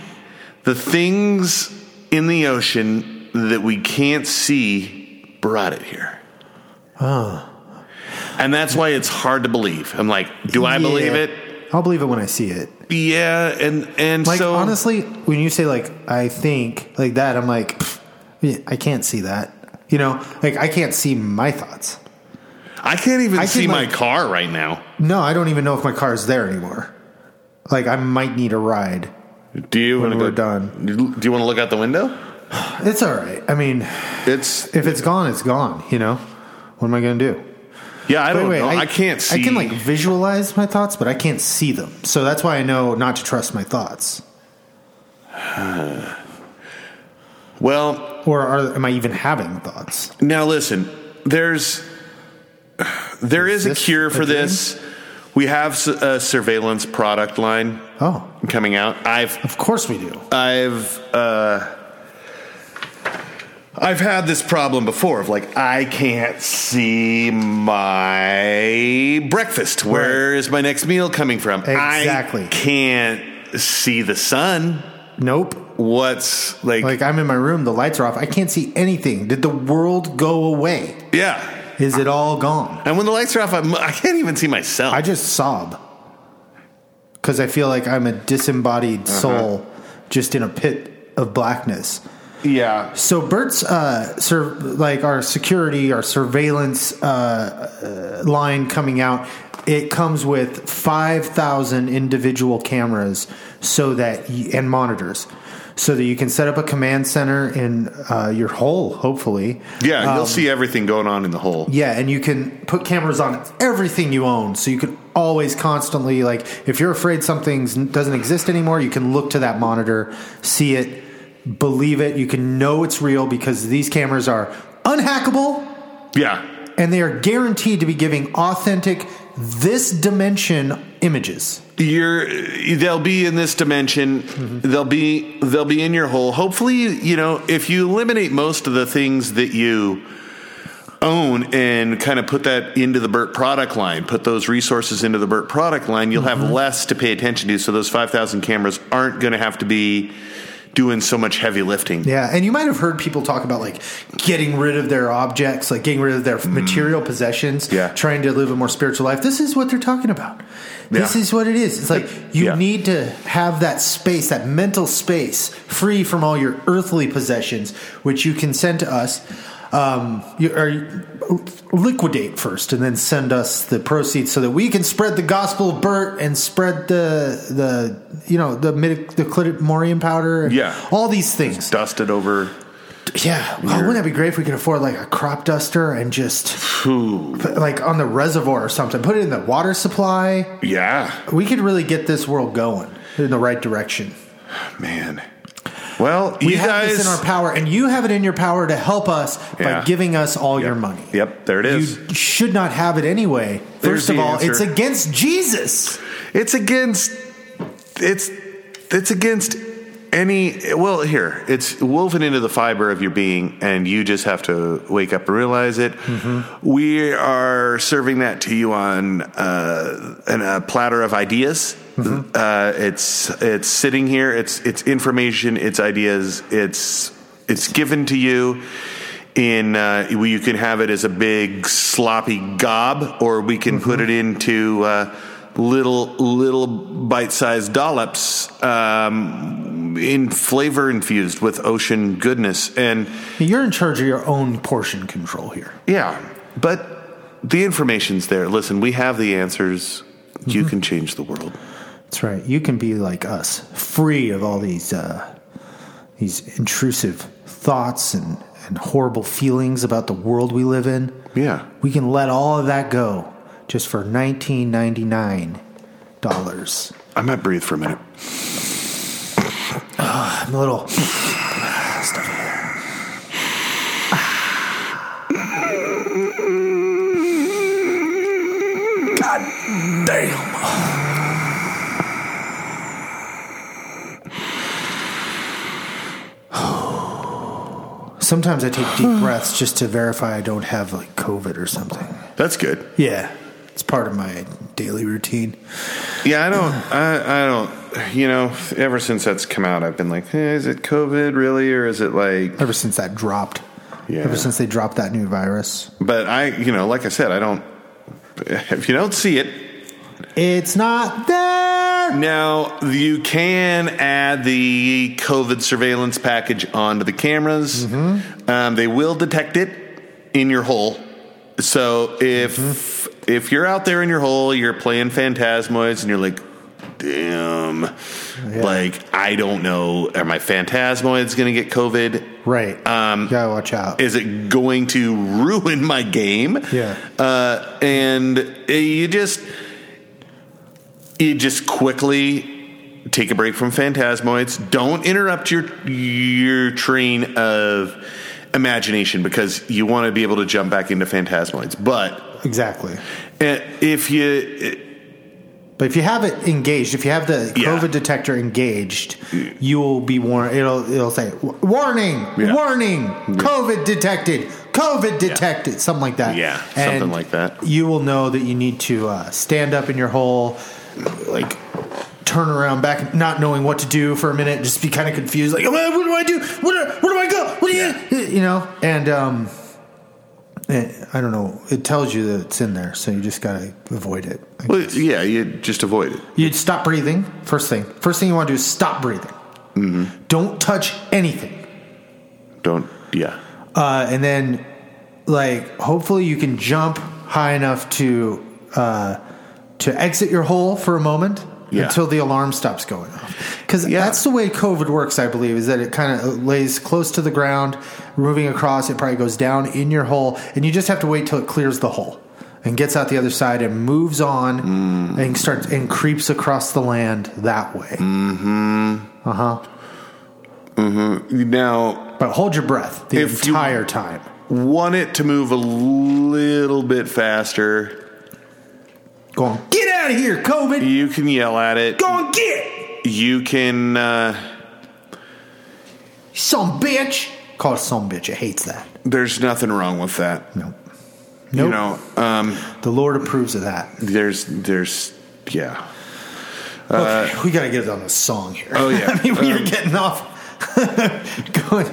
S3: the things in the ocean that we can't see brought it here oh and that's why it's hard to believe I'm like do I
S2: Yeah.
S3: believe it
S2: I'll believe it when I see it.
S3: Yeah, and and
S2: Like
S3: so
S2: honestly, when you say like I think like that, I'm like "Pfft, yeah, I can't see that. You know, like I can't see my thoughts.
S3: I can't even
S2: I can,
S3: see
S2: like-
S3: my car right now.
S2: No, I don't even know if my car is there anymore. Like I might need a ride.
S3: Do you
S2: When
S3: wanna
S2: we're
S3: go-
S2: done.
S3: Do you want to look out the window?
S2: It's all right. I mean,
S3: It's
S2: if it's gone, it's gone. You know, what am I going to do?
S3: yeah. I
S2: Wait,
S3: don't
S2: wait,
S3: know. I, can't see.
S2: I can like visualize my thoughts, but I can't see them. So that's why I know not to trust my thoughts.
S3: Well,
S2: Or are, am I even having thoughts?
S3: now listen. There's there is, a
S2: this
S3: cure
S2: a
S3: for
S2: dream?
S3: this. We have s- a surveillance product line
S2: Oh,
S3: coming out. I've
S2: of course we do.
S3: I've uh, I've had this problem before of like I can't see my breakfast. Where is my next meal coming from?
S2: Exactly.
S3: I can't see the sun.
S2: Nope.
S3: What's like,
S2: Like I'm in my room, the lights are off. I can't see anything. Did the world go away?
S3: yeah.
S2: Is it all gone?
S3: And when the lights are off, I'm, I can't even see myself.
S2: I just sob because I feel like I'm a disembodied soul just in a pit of blackness.
S3: yeah.
S2: So Bert's uh, sur- like our security, our surveillance uh, uh, line coming out. It comes with five thousand individual cameras, so that y- and monitors, so that you can set up a command center in uh, your hole, hopefully.
S3: Yeah,
S2: Um,
S3: you'll see everything going on in the hole.
S2: Yeah, and you can put cameras on everything you own, so you can always constantly like if you're afraid something doesn't exist anymore, you can look to that monitor, see it, believe it. You can know it's real because these cameras are unhackable
S3: yeah.
S2: and they are guaranteed to be giving authentic this dimension images.
S3: you're they'll be in this dimension
S2: Mm-hmm.
S3: they'll be they'll be in your hole hopefully you know if you eliminate most of the things that you own and kind of put that into the burt product line put those resources into the burt product line you'll
S2: Mm-hmm.
S3: have less to pay attention to so those 5000 cameras aren't going to have to be doing so much heavy lifting
S2: Yeah, and you might have heard people talk about like getting rid of their objects, like getting rid of their material possessions,
S3: Mm. Yeah.
S2: trying to live a more spiritual life. This is what they're talking about. This
S3: Yeah.
S2: is what it is. It's like you
S3: Yeah.
S2: need to have that space, that mental space, free from all your earthly possessions, which you can send to us. Um, you, or liquidate first, and then send us the proceeds so that we can spread the gospel of Bert and spread the the you know the midi- the clitomorium powder, and
S3: Yeah.
S2: all these things.
S3: dust it over
S2: Yeah, well, Oh, wouldn't that be great if we could afford like a crop duster and just
S3: Ooh,
S2: put, like on the reservoir or something? Put it in the water supply.
S3: yeah
S2: We could really get this world going in the right direction.
S3: man well
S2: We
S3: you
S2: have
S3: guys
S2: this in our power, and you have it in your power to help us
S3: Yeah.
S2: by giving us all your money.
S3: yep there it is
S2: You should not have it anyway.
S3: There's
S2: First of
S3: the
S2: all,
S3: answer.
S2: it's against Jesus.
S3: It's against it's it's against any well here it's woven into the fiber of your being and you just have to wake up and realize it Mm-hmm. we are serving that to you on uh, an, a platter of ideas uh, it's it's sitting here it's it's information it's ideas it's it's given to you in uh, we- you can have it as a big sloppy gob or we can put it into uh, little little bite-sized dollops um, in flavor infused with ocean goodness and
S2: You're in charge of your own portion control here.
S3: yeah but the information's there listen we have the answers you can change the world
S2: That's right. You can be like us, free of all these uh, these intrusive thoughts and, and horrible feelings about the world we live in.
S3: yeah
S2: We can let all of that go just for nineteen ninety nine dollars.
S3: i might breathe for a minute
S2: I'm a little God damn. Sometimes I take deep breaths just to verify I don't have like COVID or something.
S3: that's good
S2: Yeah. It's part of my daily routine.
S3: Yeah, I don't. I, I don't. You know, ever since that's come out, I've been like, eh, is it COVID really, or is it like?
S2: Ever since that dropped.
S3: Yeah.
S2: Ever since they dropped that new virus.
S3: But I, you know, like I said, I don't. If you don't see it
S2: It's not there.
S3: now, you can add the COVID surveillance package onto the cameras. Um, they will detect it in your hole. So if if you're out there in your hole, you're playing Phantasmoids, and you're like. Damn. Like, I don't know. Are my phantasmoids going to get COVID?
S2: Right.
S3: Um,
S2: you gotta watch out.
S3: is it going to ruin my game?
S2: Yeah.
S3: Uh, and uh, you just you just quickly take a break from phantasmoids. Don't interrupt your your train of imagination because you want to be able to jump back into phantasmoids. But
S2: exactly.
S3: uh, if you
S2: But if you have it engaged, if you have the
S3: Yeah.
S2: COVID detector engaged, you will be warned. It'll it'll say warning,
S3: Yeah.
S2: warning, COVID detected, COVID detected, something like that.
S3: uh, Yeah, something like that.
S2: You will know that you need to uh, stand up in your hole, like turn around back, not knowing what to do for a minute, just be kind of confused, like, "Well, what do I do? Where do, where do I go? What do you, you know? And um, eh, I don't know. It tells you that it's in there, so you just gotta avoid it.
S3: Well, yeah, you just avoid it.
S2: You'd stop breathing. First thing. First thing you want to do is stop breathing. Don't touch anything.
S3: Don't. Yeah.
S2: Uh, and then, like, hopefully you can jump high enough to uh, to exit your hole for a moment
S3: Yeah.
S2: until the alarm stops going off. Because
S3: Yeah.
S2: that's the way COVID works, I believe, is that it kind of lays close to the ground, moving across. It probably goes down in your hole, and you just have to wait till it clears the hole and gets out the other side and moves on
S3: Mm.
S2: and starts and creeps across the land that way. Mm-hmm. Uh huh.
S3: Now,
S2: But hold your breath the
S3: If you-
S2: entire time.
S3: want it to move a little bit faster.
S2: Going, get out of here, COVID.
S3: You can yell at it.
S2: Go and get it,
S3: You can. Uh,
S2: some bitch. Call it some bitch. It hates that.
S3: there's nothing wrong with that.
S2: Nope. Nope.
S3: You know. Um,
S2: the Lord approves of that.
S3: there's. There's. Yeah.
S2: Okay, we got to get on the song here.
S3: Uh, Oh, yeah.
S2: (laughs) I mean, we are
S3: Um,
S2: getting off, (laughs) going,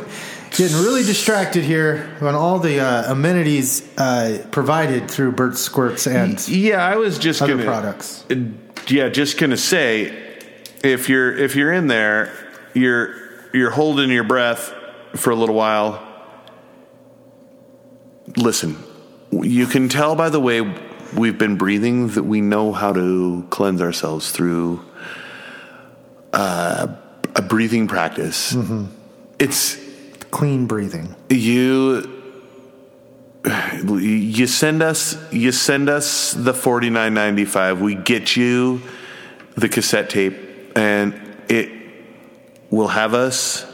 S2: getting really distracted here on all the uh, amenities uh, provided through Bert Squirts and
S3: Yeah, I was just
S2: other
S3: gonna,
S2: products.
S3: Uh, Yeah, just gonna say, if you're if you're in there, you're you're holding your breath for a little while. Listen, you can tell by the way we've been breathing that we know how to cleanse ourselves through uh, a breathing practice. It's
S2: clean breathing.
S3: you you send us you send us the 49.95 we get you the cassette tape and it will have us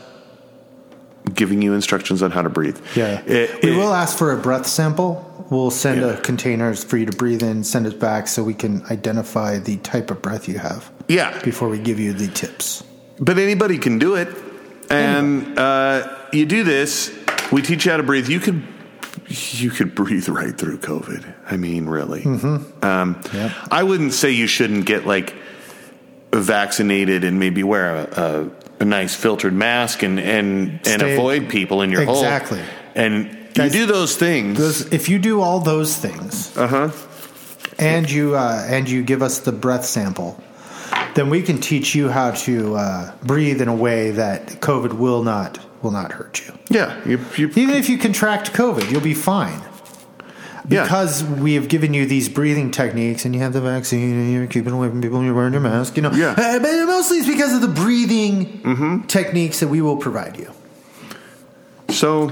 S3: giving you instructions on how to breathe
S2: Yeah.
S3: It-
S2: we
S3: it-
S2: will ask for a breath sample. We'll send
S3: Eh, Yeah.
S2: a containers for you to breathe in, send it back so we can identify the type of breath you have
S3: yeah
S2: before we give you the tips.
S3: but anybody can do it and uh, you do this we teach you how to breathe you could you could breathe right through covid i mean really
S2: Mm-hmm.
S3: um,
S2: Yep.
S3: i wouldn't say you shouldn't get like vaccinated and maybe wear a, a, a nice filtered mask and and, and
S2: Stay-
S3: avoid people in your hole
S2: Exactly.
S3: and
S2: Guys,
S3: you do those things
S2: Those, if you do all those things,
S3: uh-huh
S2: and you uh, and you give us the breath sample, then we can teach you how to uh, breathe in a way that COVID will not will not hurt you.
S3: yeah you, you,
S2: Even if you contract COVID, you'll be fine.
S3: Yeah.
S2: Because we have given you these breathing techniques and you have the vaccine and you're keeping away from people and you're wearing your mask, you know.
S3: Yeah. Mm-hmm.
S2: Uh, But mostly it's because of the breathing techniques that we will provide you.
S3: So,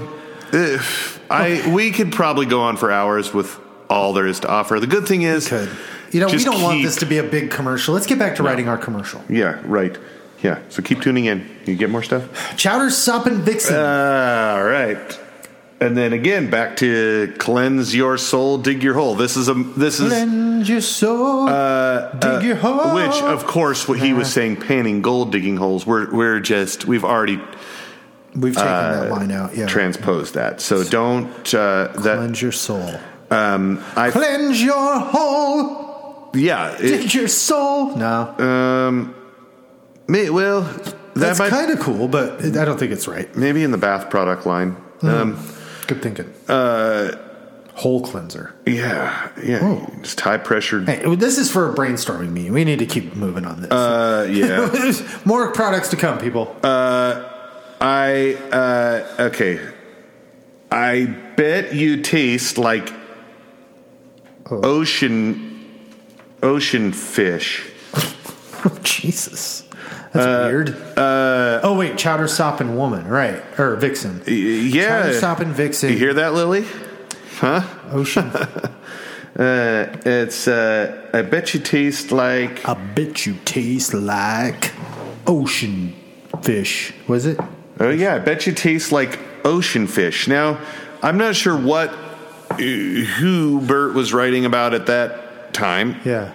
S3: if I we could probably go on for hours with all there is to offer. The good thing is,
S2: Could. You know, we
S3: just
S2: don't want
S3: keep-
S2: this to be a big commercial. Let's get back to writing our commercial.
S3: Yeah, right. Yeah. So keep tuning in. You get more stuff.
S2: Chowder, Sup, and Vixen.
S3: Uh, All right. And then again, back to cleanse your soul, dig your hole. This is a this is Uh,
S2: Lend your soul. dig your hole. Uh-huh.
S3: Which, of course, what he was saying, panning gold, digging holes. We're we're just we've already
S2: We've taken that
S3: uh,
S2: line out. Yeah.
S3: transposed that. So don't uh, that.
S2: Cleanse your soul.
S3: Um, I
S2: Cleanse your hole.
S3: yeah. it-
S2: Dig your soul. No.
S3: Um, may, well, that
S2: That's
S3: might
S2: kind of cool, but I don't think it's right.
S3: maybe in the bath product line.
S2: Hmm.
S3: Um,
S2: Good thinking.
S3: Uh,
S2: Whole cleanser.
S3: yeah, yeah,
S2: Oh.
S3: just high pressure.
S2: Hey, well, this is for a brainstorming meeting. We need to keep moving on this.
S3: Uh,
S2: (laughs)
S3: yeah, Uh,
S2: There's more products to come, people. (laughs)
S3: I uh, okay. I bet you taste like ocean ocean fish.
S2: Oh, Jesus. That's
S3: uh,
S2: weird. oh, wait. Chowder, Sop, and Woman. Right. Or Vixen.
S3: Y-
S2: Chowder,
S3: Yeah,
S2: Sop, and Vixen.
S3: you hear that, Lily? (laughs)
S2: Ocean.
S3: Uh, it's uh, I bet you taste like
S2: I bet you taste like ocean fish. Was it?
S3: Oh yeah, I bet you taste like ocean fish. Now, I'm not sure what uh, who Bert was writing about at that time.
S2: Yeah.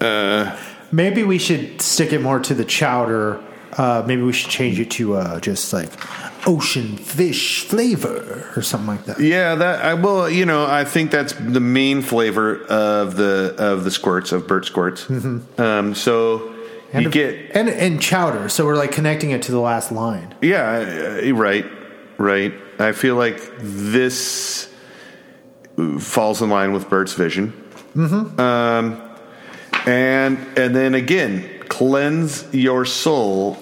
S3: Uh,
S2: Maybe we should stick it more to the chowder. Uh, maybe we should change it to uh, just like ocean fish flavor or something like that.
S3: Yeah, that I well, you know, I think that's the main flavor of the of the squirts of Burt squirts. Um, so you
S2: if-
S3: get
S2: Mm-hmm. and and chowder. So we're like connecting it to the last line.
S3: yeah, uh, right, right. I feel like this falls in line with Burt's vision.
S2: Mm-hmm.
S3: Um, and and then again, cleanse your soul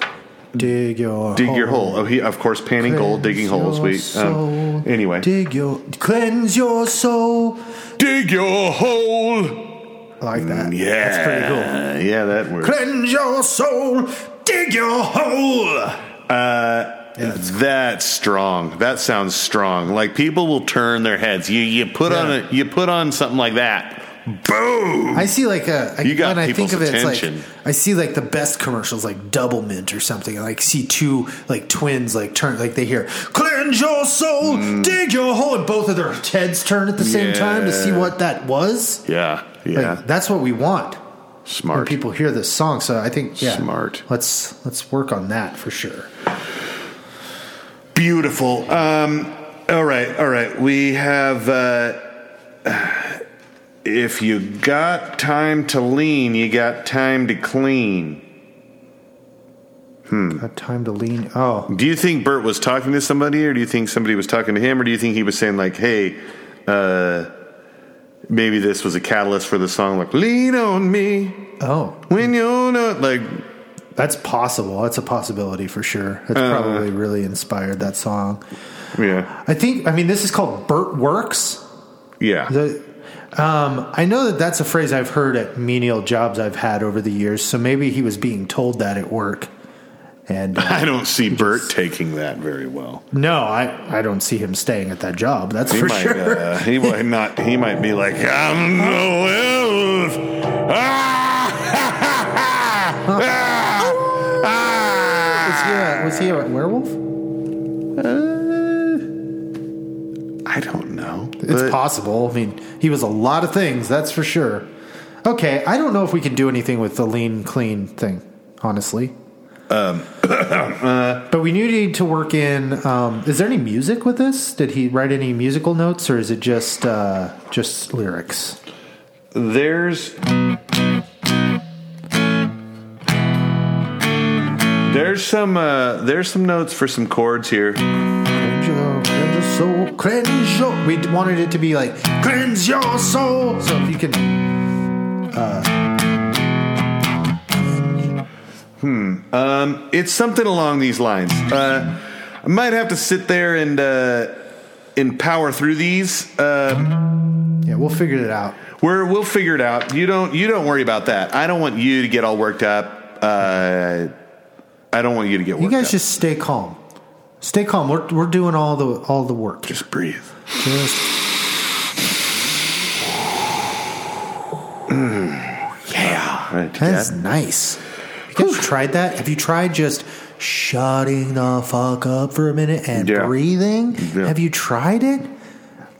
S2: Dig your
S3: dig your hole. Oh, he, of course, panning gold, digging holes. We um, anyway.
S2: Dig your cleanse your soul
S3: dig your hole.
S2: I like that.
S3: Yeah,
S2: that's pretty cool.
S3: Yeah, that works.
S2: Cleanse your soul, dig your hole.
S3: Uh, that's strong. That sounds strong. Like people will turn their heads. You you put on
S2: Yeah.
S3: a, you put on something like that. Boom.
S2: I see like a I,
S3: You got
S2: when I think
S3: people's
S2: of it,
S3: attention.
S2: it's like I see like the best commercials like Double Mint or something. I like see two like twins like turn like they hear cleanse your soul,
S3: Hmm.
S2: dig your hole, and both of their heads turn at the same time to see
S3: Yeah.
S2: what that was.
S3: yeah, yeah.
S2: Like, that's what we want. when
S3: Smart.
S2: people hear this song. So I think yeah,
S3: Smart.
S2: Let's let's work on that for sure.
S3: Beautiful. Um, all right, all right. We have. Uh, if you got time to lean, you got time to clean. Hmm.
S2: Got time to lean. Oh,
S3: Do you think Bert was talking to somebody, or do you think somebody was talking to him, or do you think he was saying like, "Hey, uh, maybe this was a catalyst for the song, like lean on me
S2: oh,
S3: when you're not like."
S2: that's possible. That's a possibility for sure. That's
S3: Uh.
S2: probably really inspired that song.
S3: Yeah,
S2: I think. I mean, this is called Burt Works.
S3: yeah,
S2: The, um, I know that that's a phrase I've heard at menial jobs I've had over the years. So maybe he was being told that at work. And uh,
S3: (laughs)
S2: (laughs)
S3: I don't see Bert taking that very well.
S2: no, I, I don't see him staying at that job. That's
S3: He
S2: for
S3: might,
S2: sure.
S3: uh, he might not. He might be like, "I'm no
S2: (laughs)
S3: elf." Ah, (laughs) ha, ha, ha,
S2: (laughs)
S3: ah,
S2: Was he, a,
S3: ah.
S2: was he a werewolf?
S3: I don't know.
S2: It's
S3: but-
S2: possible. I mean, he was a lot of things, that's for sure. Okay, I don't know if we can do anything with the lean clean thing, honestly. Um, but we do need to work in. Um, is there any music with this? Did he write any musical notes, or is it just uh, just lyrics?
S3: There's There's some uh there's some notes for some chords here.
S2: Cleanse your, cleanse your soul, cleanse your. We wanted it to be like cleanse your soul. So if you can,
S3: Um it's something along these lines. Uh I might have to sit there and uh and power through these. Uh
S2: yeah, we'll figure it out.
S3: we're we'll figure it out. You don't you don't worry about that. I don't want you to get all worked up. Uh I don't want you to get worked
S2: You guys
S3: up.
S2: just stay calm. Stay calm. We're, we're doing all the all the work.
S3: just breathe.
S2: Just-
S3: Yeah. Right.
S2: that's
S3: yeah.
S2: nice. You guys tried that? Have you tried just shutting the fuck up for a minute and
S3: Yeah.
S2: breathing?
S3: Yeah.
S2: Have you tried it?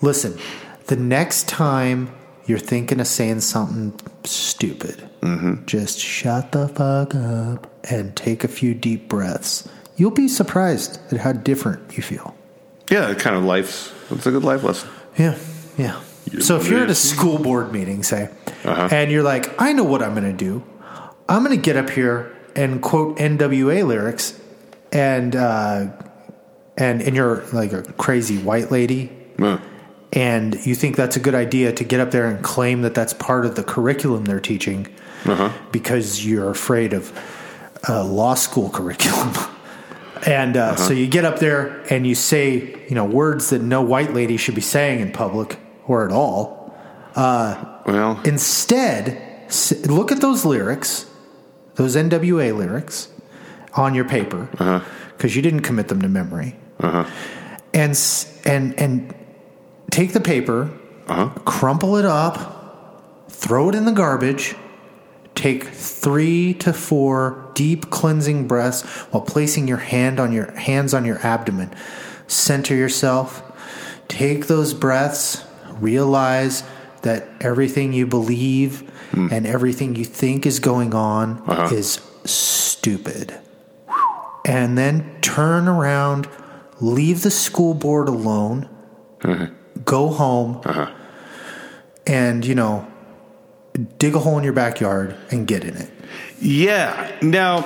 S2: Listen, the next time you're thinking of saying something stupid,
S3: Mm-hmm.
S2: just shut the fuck up and take a few deep breaths. You'll be surprised at how different you feel.
S3: Yeah, kind of life's it's a good life lesson.
S2: Yeah, yeah.
S3: You
S2: so if you're at a
S3: lazy.
S2: school board meeting, say, and you're like, I know what I'm going to do. I'm going to get up here and quote NWA lyrics, and uh, and and you're like a crazy white lady,
S3: Uh,
S2: and you think that's a good idea to get up there and claim that that's part of the curriculum they're teaching, because you're afraid of uh, law school curriculum. (laughs) And uh, so you get up there and you say, you know, words that no white lady should be saying in public or at all.
S3: well,
S2: Instead, s- look at those lyrics, those NWA lyrics on your paper, because you didn't commit them to memory, and s- and and take the paper, crumple it up, throw it in the garbage. Take three to four deep cleansing breaths while placing your hand on your hands on your abdomen. Center yourself. Take those breaths. Realize that everything you believe and everything you think is going on
S3: Uh-huh.
S2: is stupid. And then turn around, leave the school board alone, go home, and, you know, dig a hole in your backyard and get in it.
S3: Yeah. Now,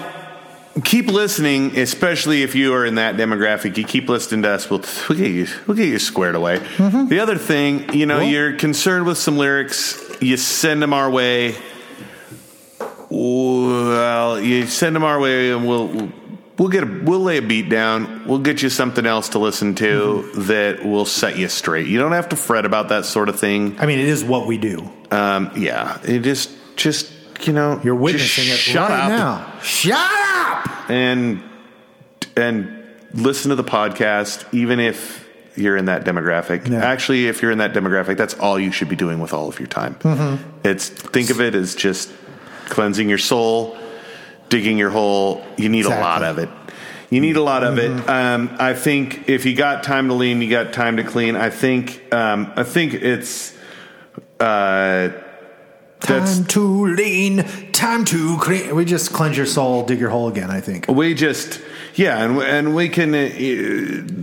S3: keep listening, especially if you are in that demographic. You keep listening to us. We'll, we'll, get, you, we'll get you squared away.
S2: Mm-hmm.
S3: The other thing, you know,
S2: Well-
S3: you're concerned with some lyrics, you send them our way. Well, you send them our way, and we'll. We'll get a, we'll lay a beat down. We'll get you something else to listen to
S2: Mm-hmm.
S3: that will set you straight. You don't have to fret about that sort of thing.
S2: I mean, it is what we do.
S3: Um, yeah, it just just you know
S2: You're
S3: just
S2: witnessing it
S3: shut
S2: right
S3: up
S2: now. Shut up!
S3: and and listen to the podcast, even if you're in that demographic.
S2: Yeah.
S3: Actually, if you're in that demographic, that's all you should be doing with all of your time.
S2: Mm-hmm.
S3: It's think of it as just cleansing your soul, digging your hole. You need a lot
S2: Exactly. Mm-hmm.
S3: of it. You need a lot of it. Um, I think if you got time to lean, you got time to clean. I think um, I think it's uh, that's
S2: Time to lean, time to clean. We just cleanse your soul, dig your hole again, I think.
S3: we just yeah and and we can uh,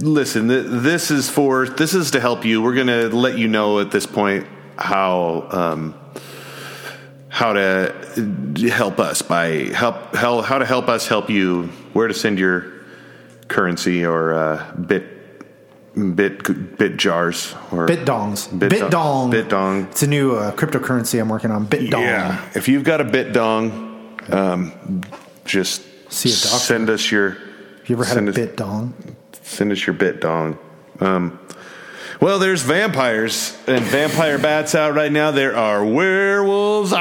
S3: listen th- this is for this is to help you we're going to let you know at this point how um how to help us by help how, how to help us help you where to send your currency or uh, bit bit bit jars or
S2: Bit dongs.
S3: Bit
S2: Bit,
S3: dong.
S2: dong.
S3: Bit dong.
S2: It's a new uh, cryptocurrency I'm working on. Bit dong.
S3: Yeah, if you've got a bit dong, um, just
S2: See a doctor.
S3: send us your.
S2: You ever had
S3: send
S2: a
S3: us-
S2: bit dong?
S3: Send us your bit dong. Um, well, there's vampires and vampire bats out right now. There are werewolves.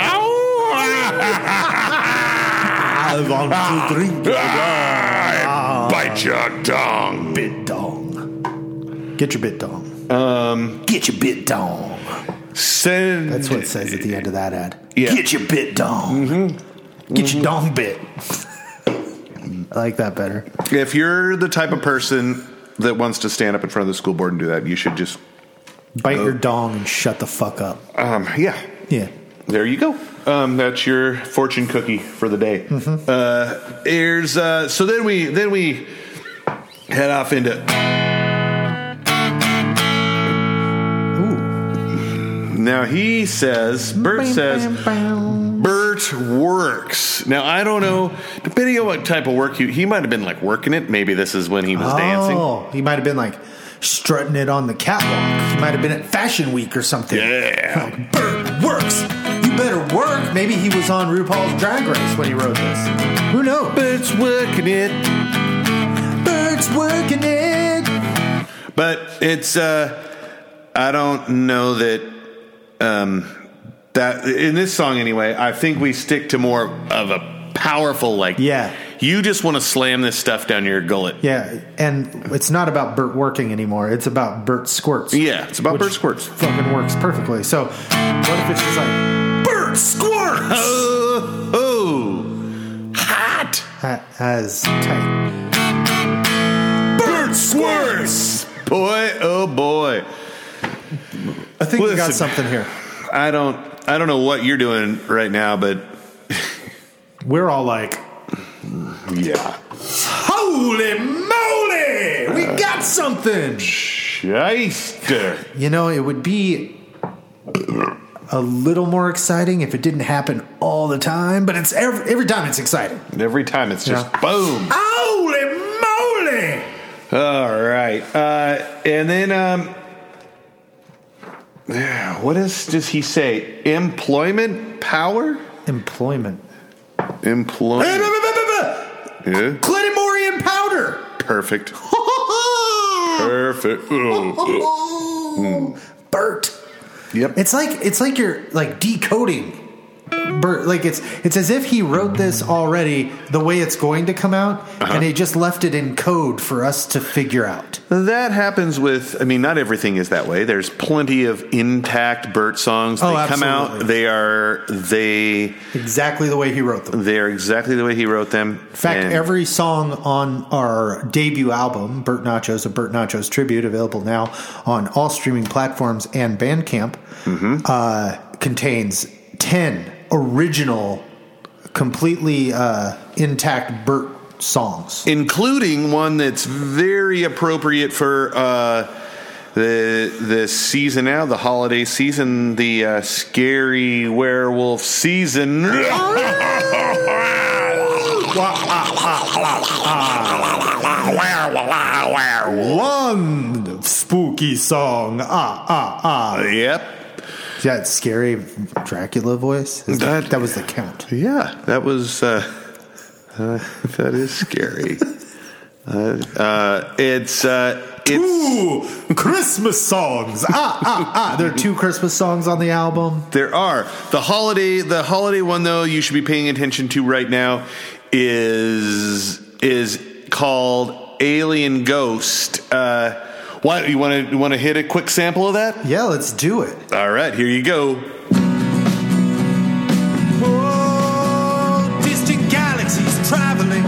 S2: (laughs)
S3: Ow!
S2: I want to drink
S3: Ah, Bite your dong.
S2: bit dong. Get your bit dong. Um, Get your bit dong.
S3: Send.
S2: That's what it says at the end of that ad.
S3: Yeah. Mm-hmm.
S2: Get your bit dong. Get your dong bit. (laughs) I like that better.
S3: If you're the type of person that wants to stand up in front of the school board and do that, you should just.
S2: Bite your dong and shut the fuck up.
S3: Um, yeah.
S2: Yeah.
S3: There you go. Um, that's your fortune cookie for the day. Uh, there's uh, so then we then we head off into
S2: Ooh.
S3: now he says Bert says Bert works. Now I don't know depending on what type of work you he might have been like working it. Maybe this is when he was dancing.
S2: Oh, he might have been like strutting it on the catwalk. He might have been at Fashion Week or something.
S3: Yeah.
S2: Like, Bert works. You better work. Maybe he was on RuPaul's Drag Race when he wrote this. Who knows?
S3: Bert's working it,
S2: Bert's working it.
S3: but it's uh, I don't know that um, that in this song anyway. I think we stick to more of a powerful like
S2: Yeah.
S3: You just want to slam this stuff down your gullet.
S2: Yeah, and it's not about Bert working anymore. It's about Bert squirts.
S3: Yeah, it's about
S2: Which
S3: bird squirts.
S2: Fucking works perfectly. So, what if it's just like Bert squirts?
S3: Oh, oh, hot
S2: That is tight.
S3: bird squirts. Boy, oh boy.
S2: I think we
S3: Listen.
S2: got something here.
S3: I don't I don't know what you're doing right now, but
S2: We're all like,
S3: yeah.
S2: holy moly, we got something.
S3: Shyster.
S2: You know, it would be a little more exciting if it didn't happen all the time, but it's every, every time it's exciting.
S3: Every time it's just
S2: Yeah.
S3: boom.
S2: Holy moly!
S3: All right. Uh, and then, um, yeah, what is, does he say? Employment power?
S2: Employment.
S3: Employment. Yeah.
S2: Clinimorian (laughs) powder!
S3: Perfect. Perfect. Ooh.
S2: Bert.
S3: Yep.
S2: It's like it's like you're like decoding Bert, like it's it's as if he wrote this already the way it's going to come out, and he just left it in code for us to figure out.
S3: That happens with, I mean, not everything is that way. There's plenty of intact Burt songs. They
S2: Oh,
S3: come out,
S2: absolutely.
S3: they are, they,
S2: Exactly the way he wrote them.
S3: they're exactly the way he wrote them.
S2: In fact,
S3: And-
S2: every song on our debut album, Bert Nachos, a Bert Nachos tribute, available now on all streaming platforms and Bandcamp, uh, contains 10 original, completely uh, intact Bert songs.
S3: including one that's very appropriate for uh, the the season now, the holiday season, the uh, scary werewolf season.
S2: One spooky song. Ah, ah, ah.
S3: yep.
S2: That scary Dracula voice? Is
S3: That-
S2: That, that was the count.
S3: Yeah, that was uh, (laughs) uh, that is scary. uh, uh, it's uh, it's
S2: Ooh, Christmas songs. Ah, ah, ah. There are two Christmas songs on the album.
S3: there are the holiday the holiday one though you should be paying attention to right now is is called Alien Ghost. Uh, what you want to you want to hit a quick sample of that?
S2: Yeah, let's do it.
S3: All right, here you go.
S5: Oh, distant galaxies traveling,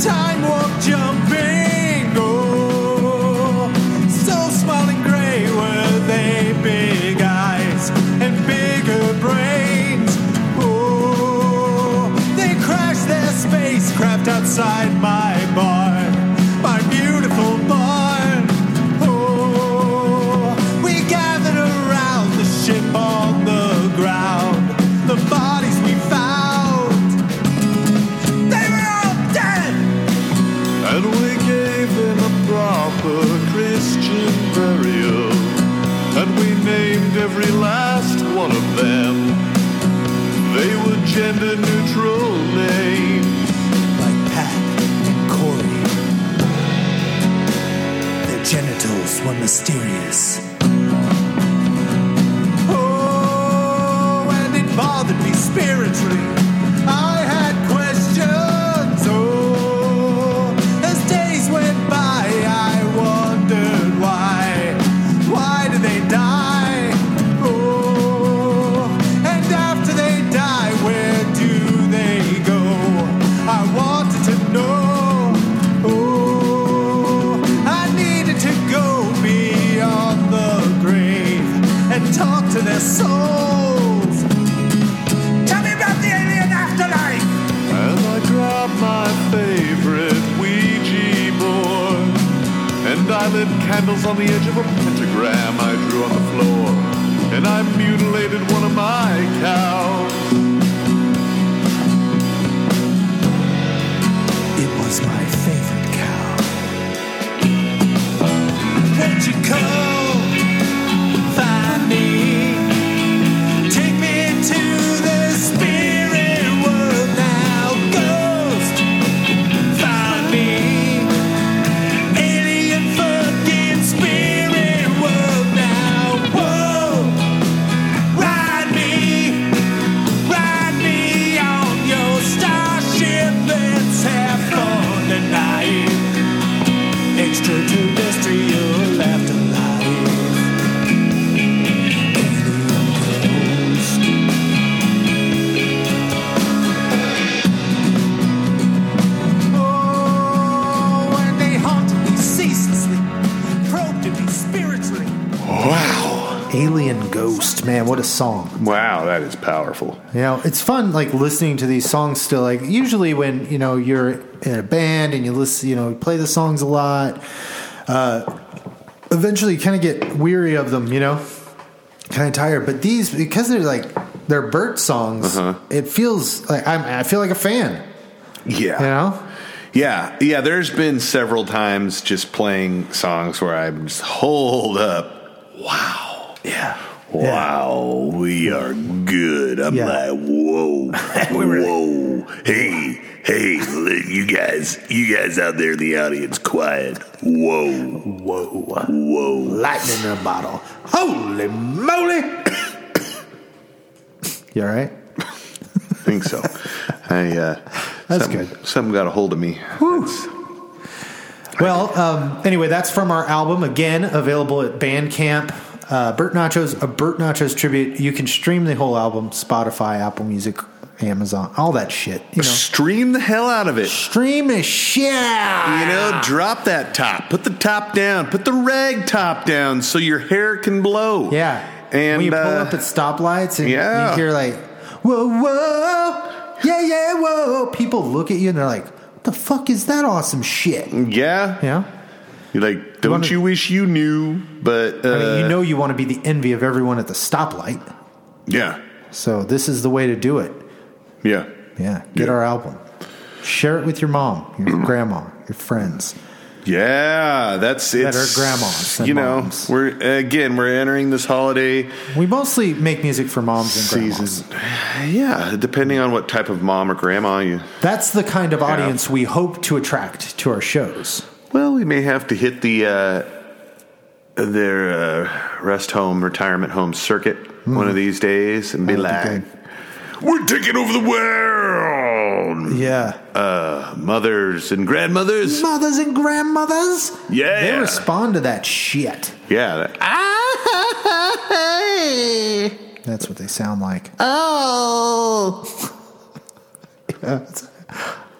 S5: time warp jumping. Oh, so small and gray were they, big eyes and bigger brains. Oh, they crashed their spacecraft outside my barn, my beautiful barn. Oh, we gathered around the ship on the ground, the bodies we found. They were all dead! And we gave them a proper Christian burial. And we named every last one of them. They were gender neutral names. Like Pat and Corey. Their genitals were mysterious. Oh, and it bothered me spiritually. I had questions. Oh, as days went by, I wondered why. Why do they die? Oh, and after they die, where do they go? I wanted to know. Oh, I needed to go beyond the grave and talk to their souls. Tell me about the alien afterlife. And I grabbed my favorite Ouija board and I lit candles on the edge of a pentagram I drew on the floor. And I mutilated one of my cows. It was my favorite cow. Won't you come find me? Take me to the spirit world now, ghost. Find me, alien fucking spirit world now. Whoa, ride me, ride me on your starship. Let's have fun tonight. Extraterrestrial afterlife. Oh, and they haunted me ceaselessly, probed at me spiritually.
S3: Wow,
S2: Alien Ghost, man, what a song.
S3: wow, that is powerful.
S2: You know, it's fun like listening to these songs still. Like usually when, you know, you're in a band and you listen, you know, you play the songs a lot, uh, eventually you kind of get weary of them, you know? Kind of tired. But these because they're like they're Bert songs, it feels like I'm I feel like a fan,
S3: Yeah,
S2: you know?
S3: Yeah, yeah. There's been several times just playing songs where I'm just hold up. Wow. Yeah. Wow, we are good. I'm
S2: Yeah.
S3: like, (laughs) whoa, whoa, hey, hey, li- you guys, you guys out there in the audience, quiet. Whoa, whoa, whoa.
S2: uh, Lightning in a bottle. Holy moly! you all right? (laughs)
S3: think so. I uh,
S2: That's
S3: something-
S2: good.
S3: Something got a hold of me. That's-
S2: Well, um, anyway, that's from our album. Again, available at Bandcamp. Uh, Bert Nacho's a Bert Nacho's tribute. You can stream the whole album, Spotify, Apple Music, Amazon, all that shit. You know,
S3: Stream the hell out of it.
S2: stream is shit.
S3: You
S2: Ah.
S3: know, drop that top. Put the top down. Put the rag top down so your hair can blow.
S2: yeah.
S3: And
S2: when you pull
S3: uh,
S2: up at stoplights and
S3: yeah.
S2: you hear like, whoa, whoa, yeah, yeah, whoa, people look at you and they're like, what the fuck is that awesome shit?
S3: yeah,
S2: Yeah.
S3: You're like, don't
S2: wanna-
S3: you wish you knew? But uh,
S2: I mean, you know you want to be the envy of everyone at the stoplight.
S3: yeah,
S2: So this is the way to do it.
S3: yeah.
S2: Yeah, get
S3: Yeah.
S2: our album. Share it with your mom, (clears throat) your grandma, your friends.
S3: Yeah, that's
S2: That
S3: it's
S2: are grandmas and
S3: You know,
S2: moms.
S3: we're again we're entering this holiday
S2: We mostly make music for moms and grandmas.
S3: season. Yeah, depending on what type of mom or grandma you.
S2: That's the kind of audience we hope to attract to our shows.
S3: Well, we may have to hit the uh, their uh, rest home, retirement home circuit one of these days and be
S2: That would Hmm. be
S3: like, "We're taking over the world."
S2: Yeah.
S3: Uh, mothers and grandmothers.
S2: Mothers and grandmothers,
S3: Yeah.
S2: they respond to that shit.
S3: Yeah. that-
S5: (laughs)
S2: That's what they sound like.
S3: Oh.
S2: Yeah, it's,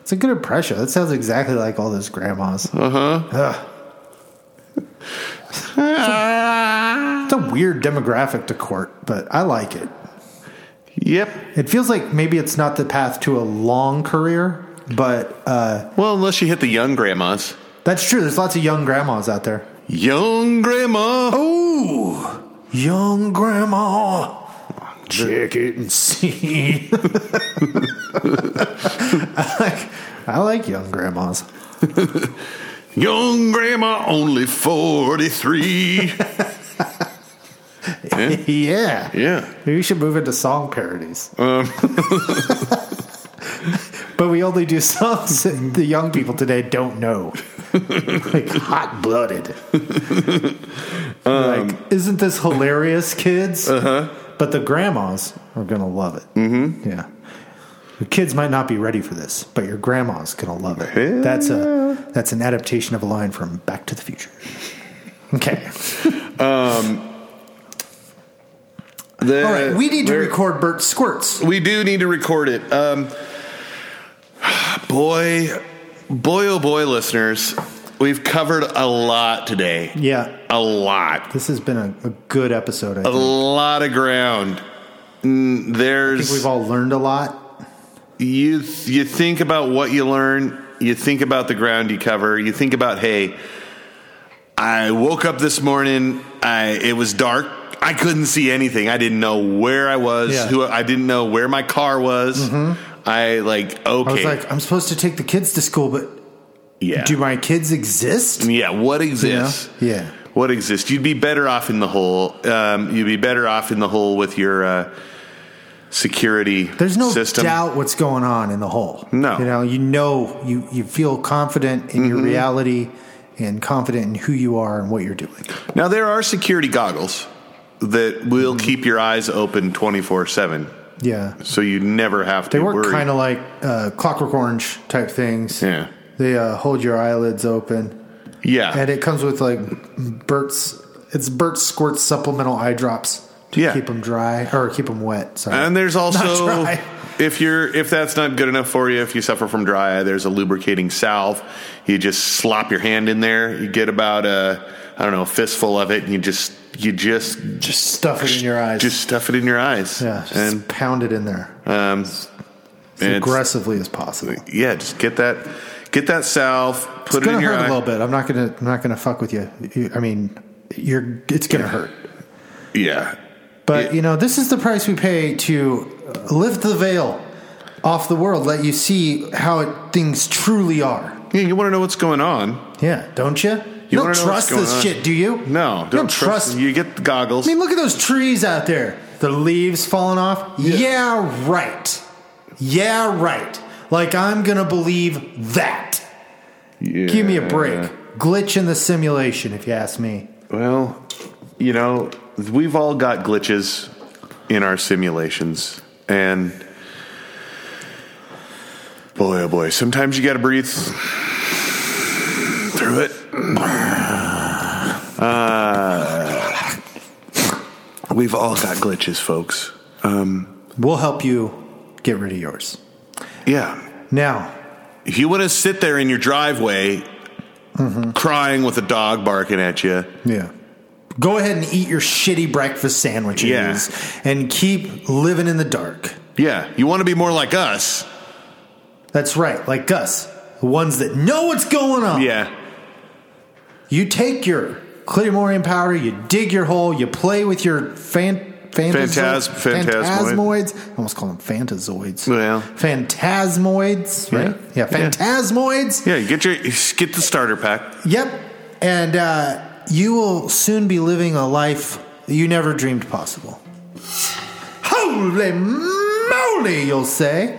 S2: it's a good impression. That sounds exactly like all those grandmas. Uh huh. It's a weird demographic to court, but I like it.
S3: Yep.
S2: It feels like maybe it's not the path to a long career, but uh,
S3: Well, unless you hit the young grandmas.
S2: that's true. There's lots of young grandmas out there.
S3: Young grandma.
S2: Ooh, young grandma. Check it and see. (laughs) I, like, I like young grandmas. (laughs)
S3: Young grandma,
S2: (laughs)
S3: only 43.
S2: Yeah.
S3: yeah.
S2: Maybe we should move into song parodies. (laughs) but we only do songs that the young people today don't know. like hot blooded. like, isn't this hilarious, kids? Uh huh. But the grandmas are going to love it. Mm-hmm. Yeah. Your kids might not be ready for this, but your grandma's going to love it.
S3: Yeah.
S2: That's a that's an adaptation of a line from Back to the Future. Okay.
S3: The-
S2: All right, we need to
S3: Uh, we're-
S2: record Bert Squirts.
S3: We do need to record it. Um, boy, boy, oh boy, listeners, we've covered a lot today.
S2: Yeah.
S3: A lot.
S2: This has been a, a good episode. I
S3: A
S2: think.
S3: lot of ground. Mm,
S2: I think
S3: There's
S2: we've all learned a lot.
S3: you you think about what you learn you think about the ground you cover you think about hey i woke up this morning i it was dark i couldn't see anything i didn't know where i was
S2: Yeah. Mm-hmm.
S3: who i didn't know where my car was i like okay
S2: I was like, I'm supposed to take the kids to school, but
S3: yeah
S2: do my kids exist?
S3: yeah what exists
S2: You know? Yeah.
S3: what exists you'd be better off in the hole um, you'd be better off in the hole with your uh, security
S2: There's no
S3: system
S2: doubt what's going on in the hole.
S3: No. Mm-hmm.
S2: You know, you know, you, you feel confident in your reality and confident in who you are and what you're doing.
S3: Now there are security goggles that will
S2: Mm-hmm.
S3: keep your eyes open twenty four seven,
S2: Yeah.
S3: so you never have to
S2: They work
S3: worry.
S2: kind of like uh, Clockwork Orange type things.
S3: yeah,
S2: They uh, hold your eyelids open.
S3: yeah,
S2: And it comes with like Burt's. It's Burt's squirts supplemental eye drops to
S3: Yeah.
S2: keep them dry or keep them wet. Sorry.
S3: and there's also
S2: dry.
S3: if you're if that's not good enough for you, if you suffer from dry eye, there's a lubricating salve. You just slop your hand in there. You get about a I don't know a fistful of it, and you just you just
S2: just stuff it in your eyes.
S3: just stuff it in your eyes.
S2: yeah, just
S3: and
S2: pound it in there
S3: um,
S2: as
S3: and it's-
S2: aggressively as possible.
S3: yeah, just get that get that salve.
S2: it's
S3: Put it
S2: gonna
S3: in your
S2: hurt
S3: eye.
S2: a little bit. I'm not gonna. I'm not gonna fuck with you. You- I mean, you're. It's gonna hurt.
S3: Yeah,
S2: But
S3: Yeah.
S2: you know, this is the price we pay to lift the veil off the world, let you see how it, things truly are.
S3: yeah. You want to know what's going on?
S2: Yeah, don't you? You
S3: wanna
S2: don't
S3: know
S2: trust
S3: what's going
S2: this
S3: on.
S2: shit, do you?
S3: No,
S2: You
S3: don't, trust. You get the goggles.
S2: I mean, look at those trees out there. The leaves falling off. Yeah, right. Yeah, right. Like I'm gonna believe that. Give me a break. Glitch in the simulation, if you ask me.
S3: Well, you know, we've all got glitches in our simulations, and Boy, oh boy. Sometimes you got to breathe through it. Uh, we've all got glitches, folks. Um,
S2: We'll help you get rid of yours.
S3: yeah.
S2: Now,
S3: If you want to sit there in your driveway crying with a dog barking at you,
S2: yeah. Go ahead and eat your shitty breakfast sandwiches
S3: Yeah.
S2: and keep living in the dark.
S3: yeah, you want to be more like us.
S2: That's right, like Gus, the ones that know what's going on.
S3: Yeah.
S2: You take your Clearmorian powder, you dig your hole, you play with your fan,
S3: Phantas-
S2: phantasm,
S3: phantasmoid.
S2: phantasmoids. I almost call them phantazoids.
S3: Well.
S2: Phantasmoids, right?
S3: Yeah.
S2: Yeah, phantasmoids.
S3: Yeah, you get your get the starter pack.
S2: Yep. And uh, you will soon be living a life you never dreamed possible. Holy moly, you'll say.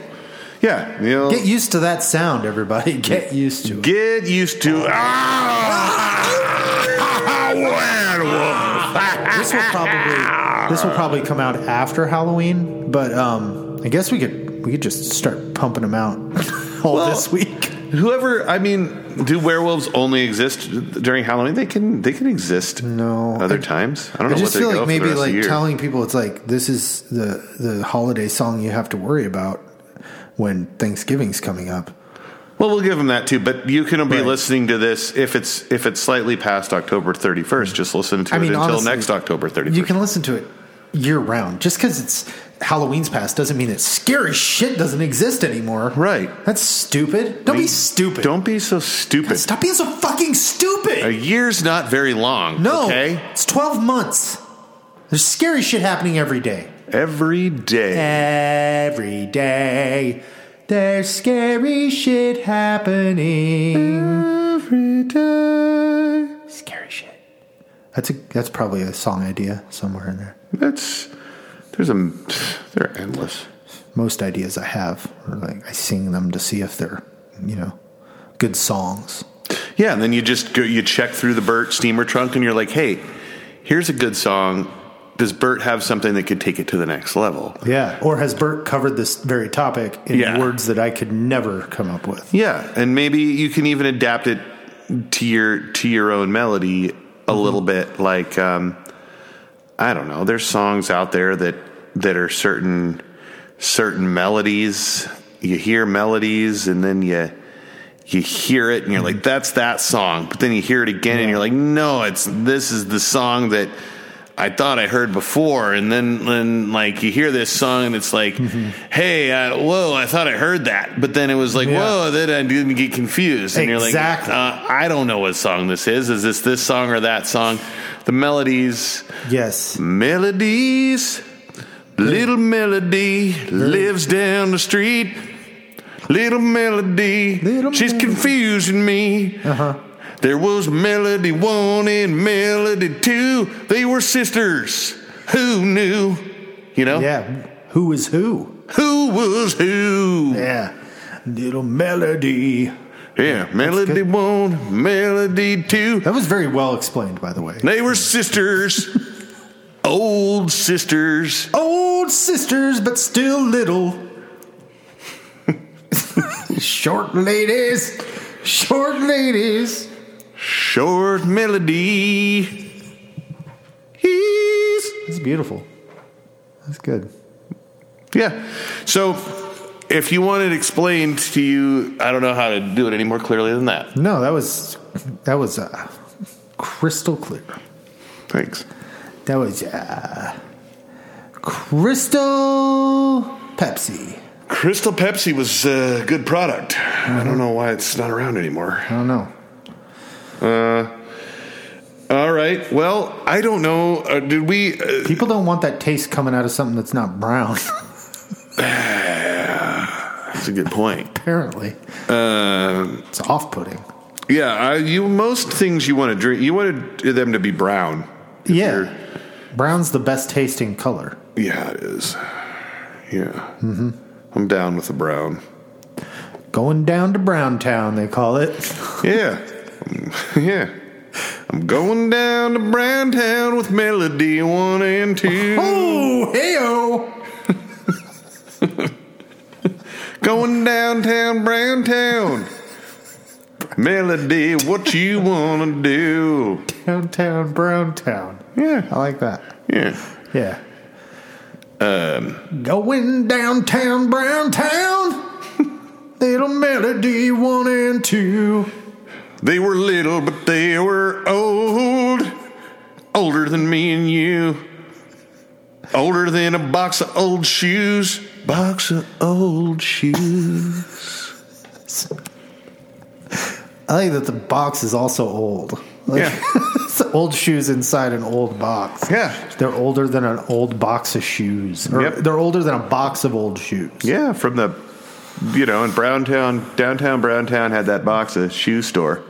S3: Yeah, you know,
S2: Get used to that sound, everybody. (laughs) Get used to it.
S3: Get used to.
S2: Oh.
S3: Ah! (laughs) Werewolf.
S2: this will probably this will probably come out after Halloween, but um, I guess we could we could just start pumping them out (laughs) all
S3: Well-
S2: this week.
S3: Whoever, I mean, do werewolves only exist during Halloween? They can they can exist
S2: No,
S3: other
S2: I-
S3: times. I don't
S2: I
S3: know
S2: just
S3: what they
S2: feel
S3: go
S2: like
S3: for the
S2: maybe
S3: rest of the
S2: like
S3: year.
S2: telling people it's like this is the the holiday song you have to worry about when Thanksgiving's coming up.
S3: well, we'll give them that too. But you can be
S2: Right.
S3: listening to this if it's if it's slightly past October thirty first. Just listen to
S2: I
S3: it
S2: mean,
S3: until
S2: honestly,
S3: next October thirty
S2: You
S3: first.
S2: can listen to it year round. Just because it's Halloween's past doesn't mean that scary shit doesn't exist anymore.
S3: Right.
S2: That's stupid. Don't be stupid.
S3: Don't be so stupid.
S2: stop being so fucking stupid.
S3: A year's not very long.
S2: No.
S3: okay,
S2: It's 12 months. There's scary shit happening every day.
S3: every day.
S2: Every day. There's scary shit happening.
S3: Every day.
S2: Scary shit. That's a that's probably a song idea somewhere in there.
S3: That's there's a they're endless.
S2: Most ideas I have are like I sing them to see if they're, you know, good songs.
S3: Yeah, and then you just go you check through the Burt steamer trunk and you're like, hey, here's a good song. Does Burt have something that could take it to the next level?
S2: Yeah. Or has Bert covered this very topic in
S3: Yeah.
S2: words that I could never come up with?
S3: Yeah, and maybe you can even adapt it to your to your own melody a little bit. Like um, I don't know, there's songs out there that that are certain certain melodies. You hear melodies, and then you you hear it, and you're like, "That's that song." But then you hear it again, and you're like, "No, it's this is the song that." I thought I heard before, and then, then like you hear this song, and it's like,
S2: Mm-hmm.
S3: "Hey, uh, whoa! I thought I heard that," but then it was like,
S2: Yeah.
S3: "Whoa!" Then I didn't get confused, and
S2: Exactly.
S3: you're like, uh, "I don't know what song this is. Is this this song or that song?" The melodies,
S2: Yes.
S3: melodies, little melody lives down the street. Little melody,
S2: Little
S3: she's
S2: melody.
S3: confusing me.
S2: Uh-huh.
S3: There was Melody One and Melody Two. They were sisters. Who knew? You know?
S2: Yeah. Who is who?
S3: Who was who? Yeah,
S2: Yeah. Little melody.
S3: Melody
S2: good.
S3: One, Melody Two.
S2: That was very well explained, by the way.
S3: They
S2: (laughs)
S3: were sisters. Old sisters.
S2: Old sisters, but still little. Short ladies. Short ladies.
S3: Short melody. He's.
S2: That's beautiful. That's good.
S3: Yeah. So if you want it explained to you, I don't know how to do it any more clearly than that.
S2: No, that was that was uh, crystal clear.
S3: Thanks.
S2: That was uh, crystal Pepsi.
S3: Crystal Pepsi was a good product. I don't know why it's not around anymore.
S2: I don't know.
S3: All right. Well, I don't know. Uh, did we? Uh, (sighs)
S2: People don't want that taste coming out of something that's not brown. (laughs)
S3: that's a good point.
S2: Apparently,
S3: Uh,
S2: it's off-putting.
S3: yeah. I, you most things you want to drink, you want to, them to be brown.
S2: Yeah.
S3: you're-
S2: Brown's the best tasting color.
S3: Yeah, it is. Yeah. Mm-hmm. I'm down with the brown.
S2: Going down to Brown Town, they call it.
S3: Yeah. (laughs) yeah. I'm going down to Brown Town with Melody One
S2: (laughs)
S3: and Two.
S2: Oh, heyo!
S3: Going downtown, Brown Town. Melody, what you wanna do?
S2: Downtown Brown Town.
S3: Yeah,
S2: I like that.
S3: yeah.
S2: Yeah. Um, Going downtown Brown Town.
S3: (laughs)
S2: Little melody one and two.
S3: They were little, but they were old. Older than me and you. Older than a box of old shoes. Box of old shoes.
S2: I like that the box is also old. Like,
S3: Yeah.
S2: (laughs) it's old shoes inside an old box.
S3: Yeah.
S2: They're older than an old box of shoes. Or
S3: Yep.
S2: They're older than a box of old shoes.
S3: Yeah, from the, you know, in Browntown, downtown Browntown had that box of shoe store.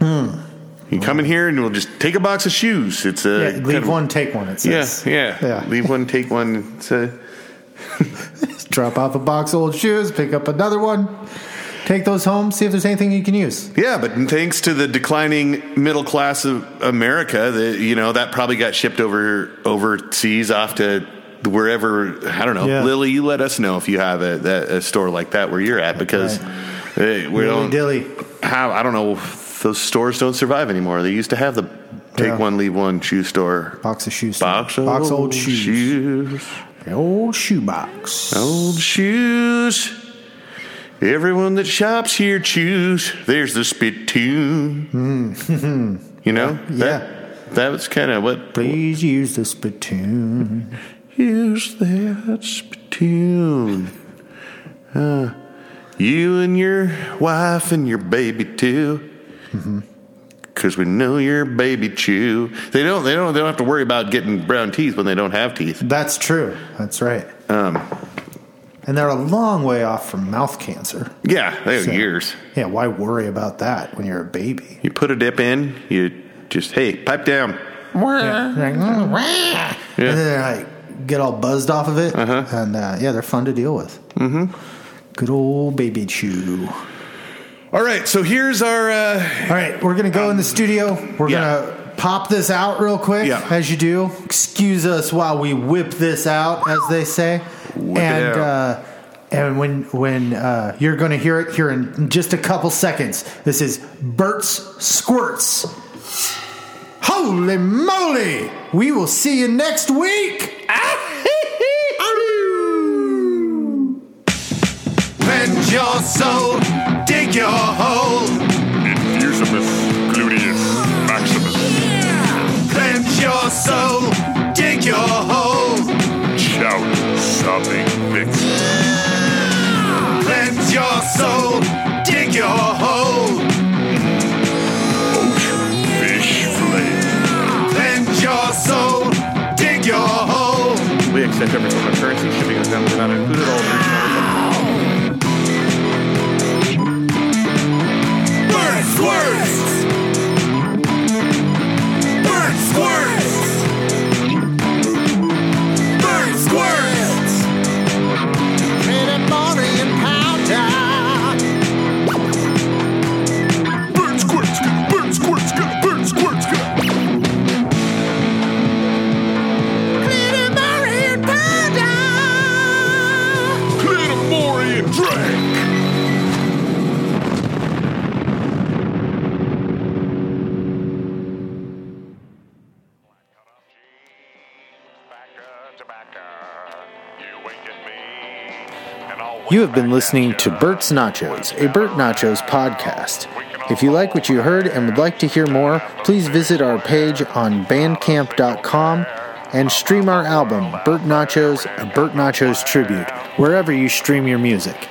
S3: You come in here and we'll just take a box of shoes. It's
S2: Yeah,
S3: a kind
S2: leave
S3: of-
S2: one, take one, it
S3: Uh, Yeah,
S2: says.
S3: yeah,
S2: Yeah.
S3: Leave one, take one. It's a,
S2: Drop off a box of old shoes, pick up another one, take those home, see if there's anything you can use.
S3: yeah, but thanks to the declining middle class of America, that you know that probably got shipped over overseas off to wherever. I don't know,
S2: Yeah.
S3: Lily. You let us know if you have a, that, a store like that where you're at because
S2: Right.
S3: hey, we
S2: Dilly
S3: don't.
S2: dilly.
S3: how I don't know. if Those stores don't survive anymore. They used to have the take
S2: Yeah.
S3: one, leave one shoe store.
S2: Box of shoes.
S3: Box, of
S2: box of old shoes.
S3: shoes.
S2: Old shoe box.
S3: Old shoes. Everyone that shops here chews. There's the spittoon. you know? That, that was kind of what.
S2: Please use the spittoon.
S3: Use that spittoon. Uh, you and your wife and your baby too. Cause we know your baby chew. They don't. They don't. They don't have to worry about getting brown teeth when they don't have teeth.
S2: That's true. That's right.
S3: Um,
S2: And they're a long way off from mouth cancer.
S3: yeah, they have
S2: So-
S3: years.
S2: Yeah, why worry about that when you're a baby?
S3: You put a dip in. You just hey, pipe down.
S2: They're like, "Mm, wah." And then they're like, get all buzzed off of it.
S3: Uh-huh.
S2: And uh, yeah, they're fun to deal with. Mm-hmm. Good old baby chew.
S3: All right. So here's our. Uh,
S2: All right, we're going to go in the studio. We're
S3: yeah.
S2: going to pop this out real quick,
S3: Yeah.
S2: as you do. Excuse us while we whip this out, as they say.
S3: Whip it
S2: and
S3: out.
S2: Uh, and when when uh, you're going to hear it here in just a couple seconds, this is Burt's Squirts. Holy moly! We will see you next week.
S5: Vent your soul, dig your hole,
S1: Infusimus gluteus maximus.
S5: vent your soul, dig your hole,
S1: Shout something vix.
S5: vent your soul, dig your hole,
S1: Ocean fish flame.
S5: vent your soul, dig your hole.
S3: we accept every form of currency. Shipping and handling not included. All
S5: Bird squirts! Bird squirts! Bird squirts! Pretty Marion powder!
S1: Bird squirts, bird squirts, bird squirts.
S5: Pretty Marion powder!
S1: Clitamorian drag.
S6: You have been listening to Bert's Nachos, a Bert Nachos podcast. If you like what you heard and would like to hear more, please visit our page on bandcamp.com and stream our album, Bert Nachos, a Bert Nachos tribute, wherever you stream your music.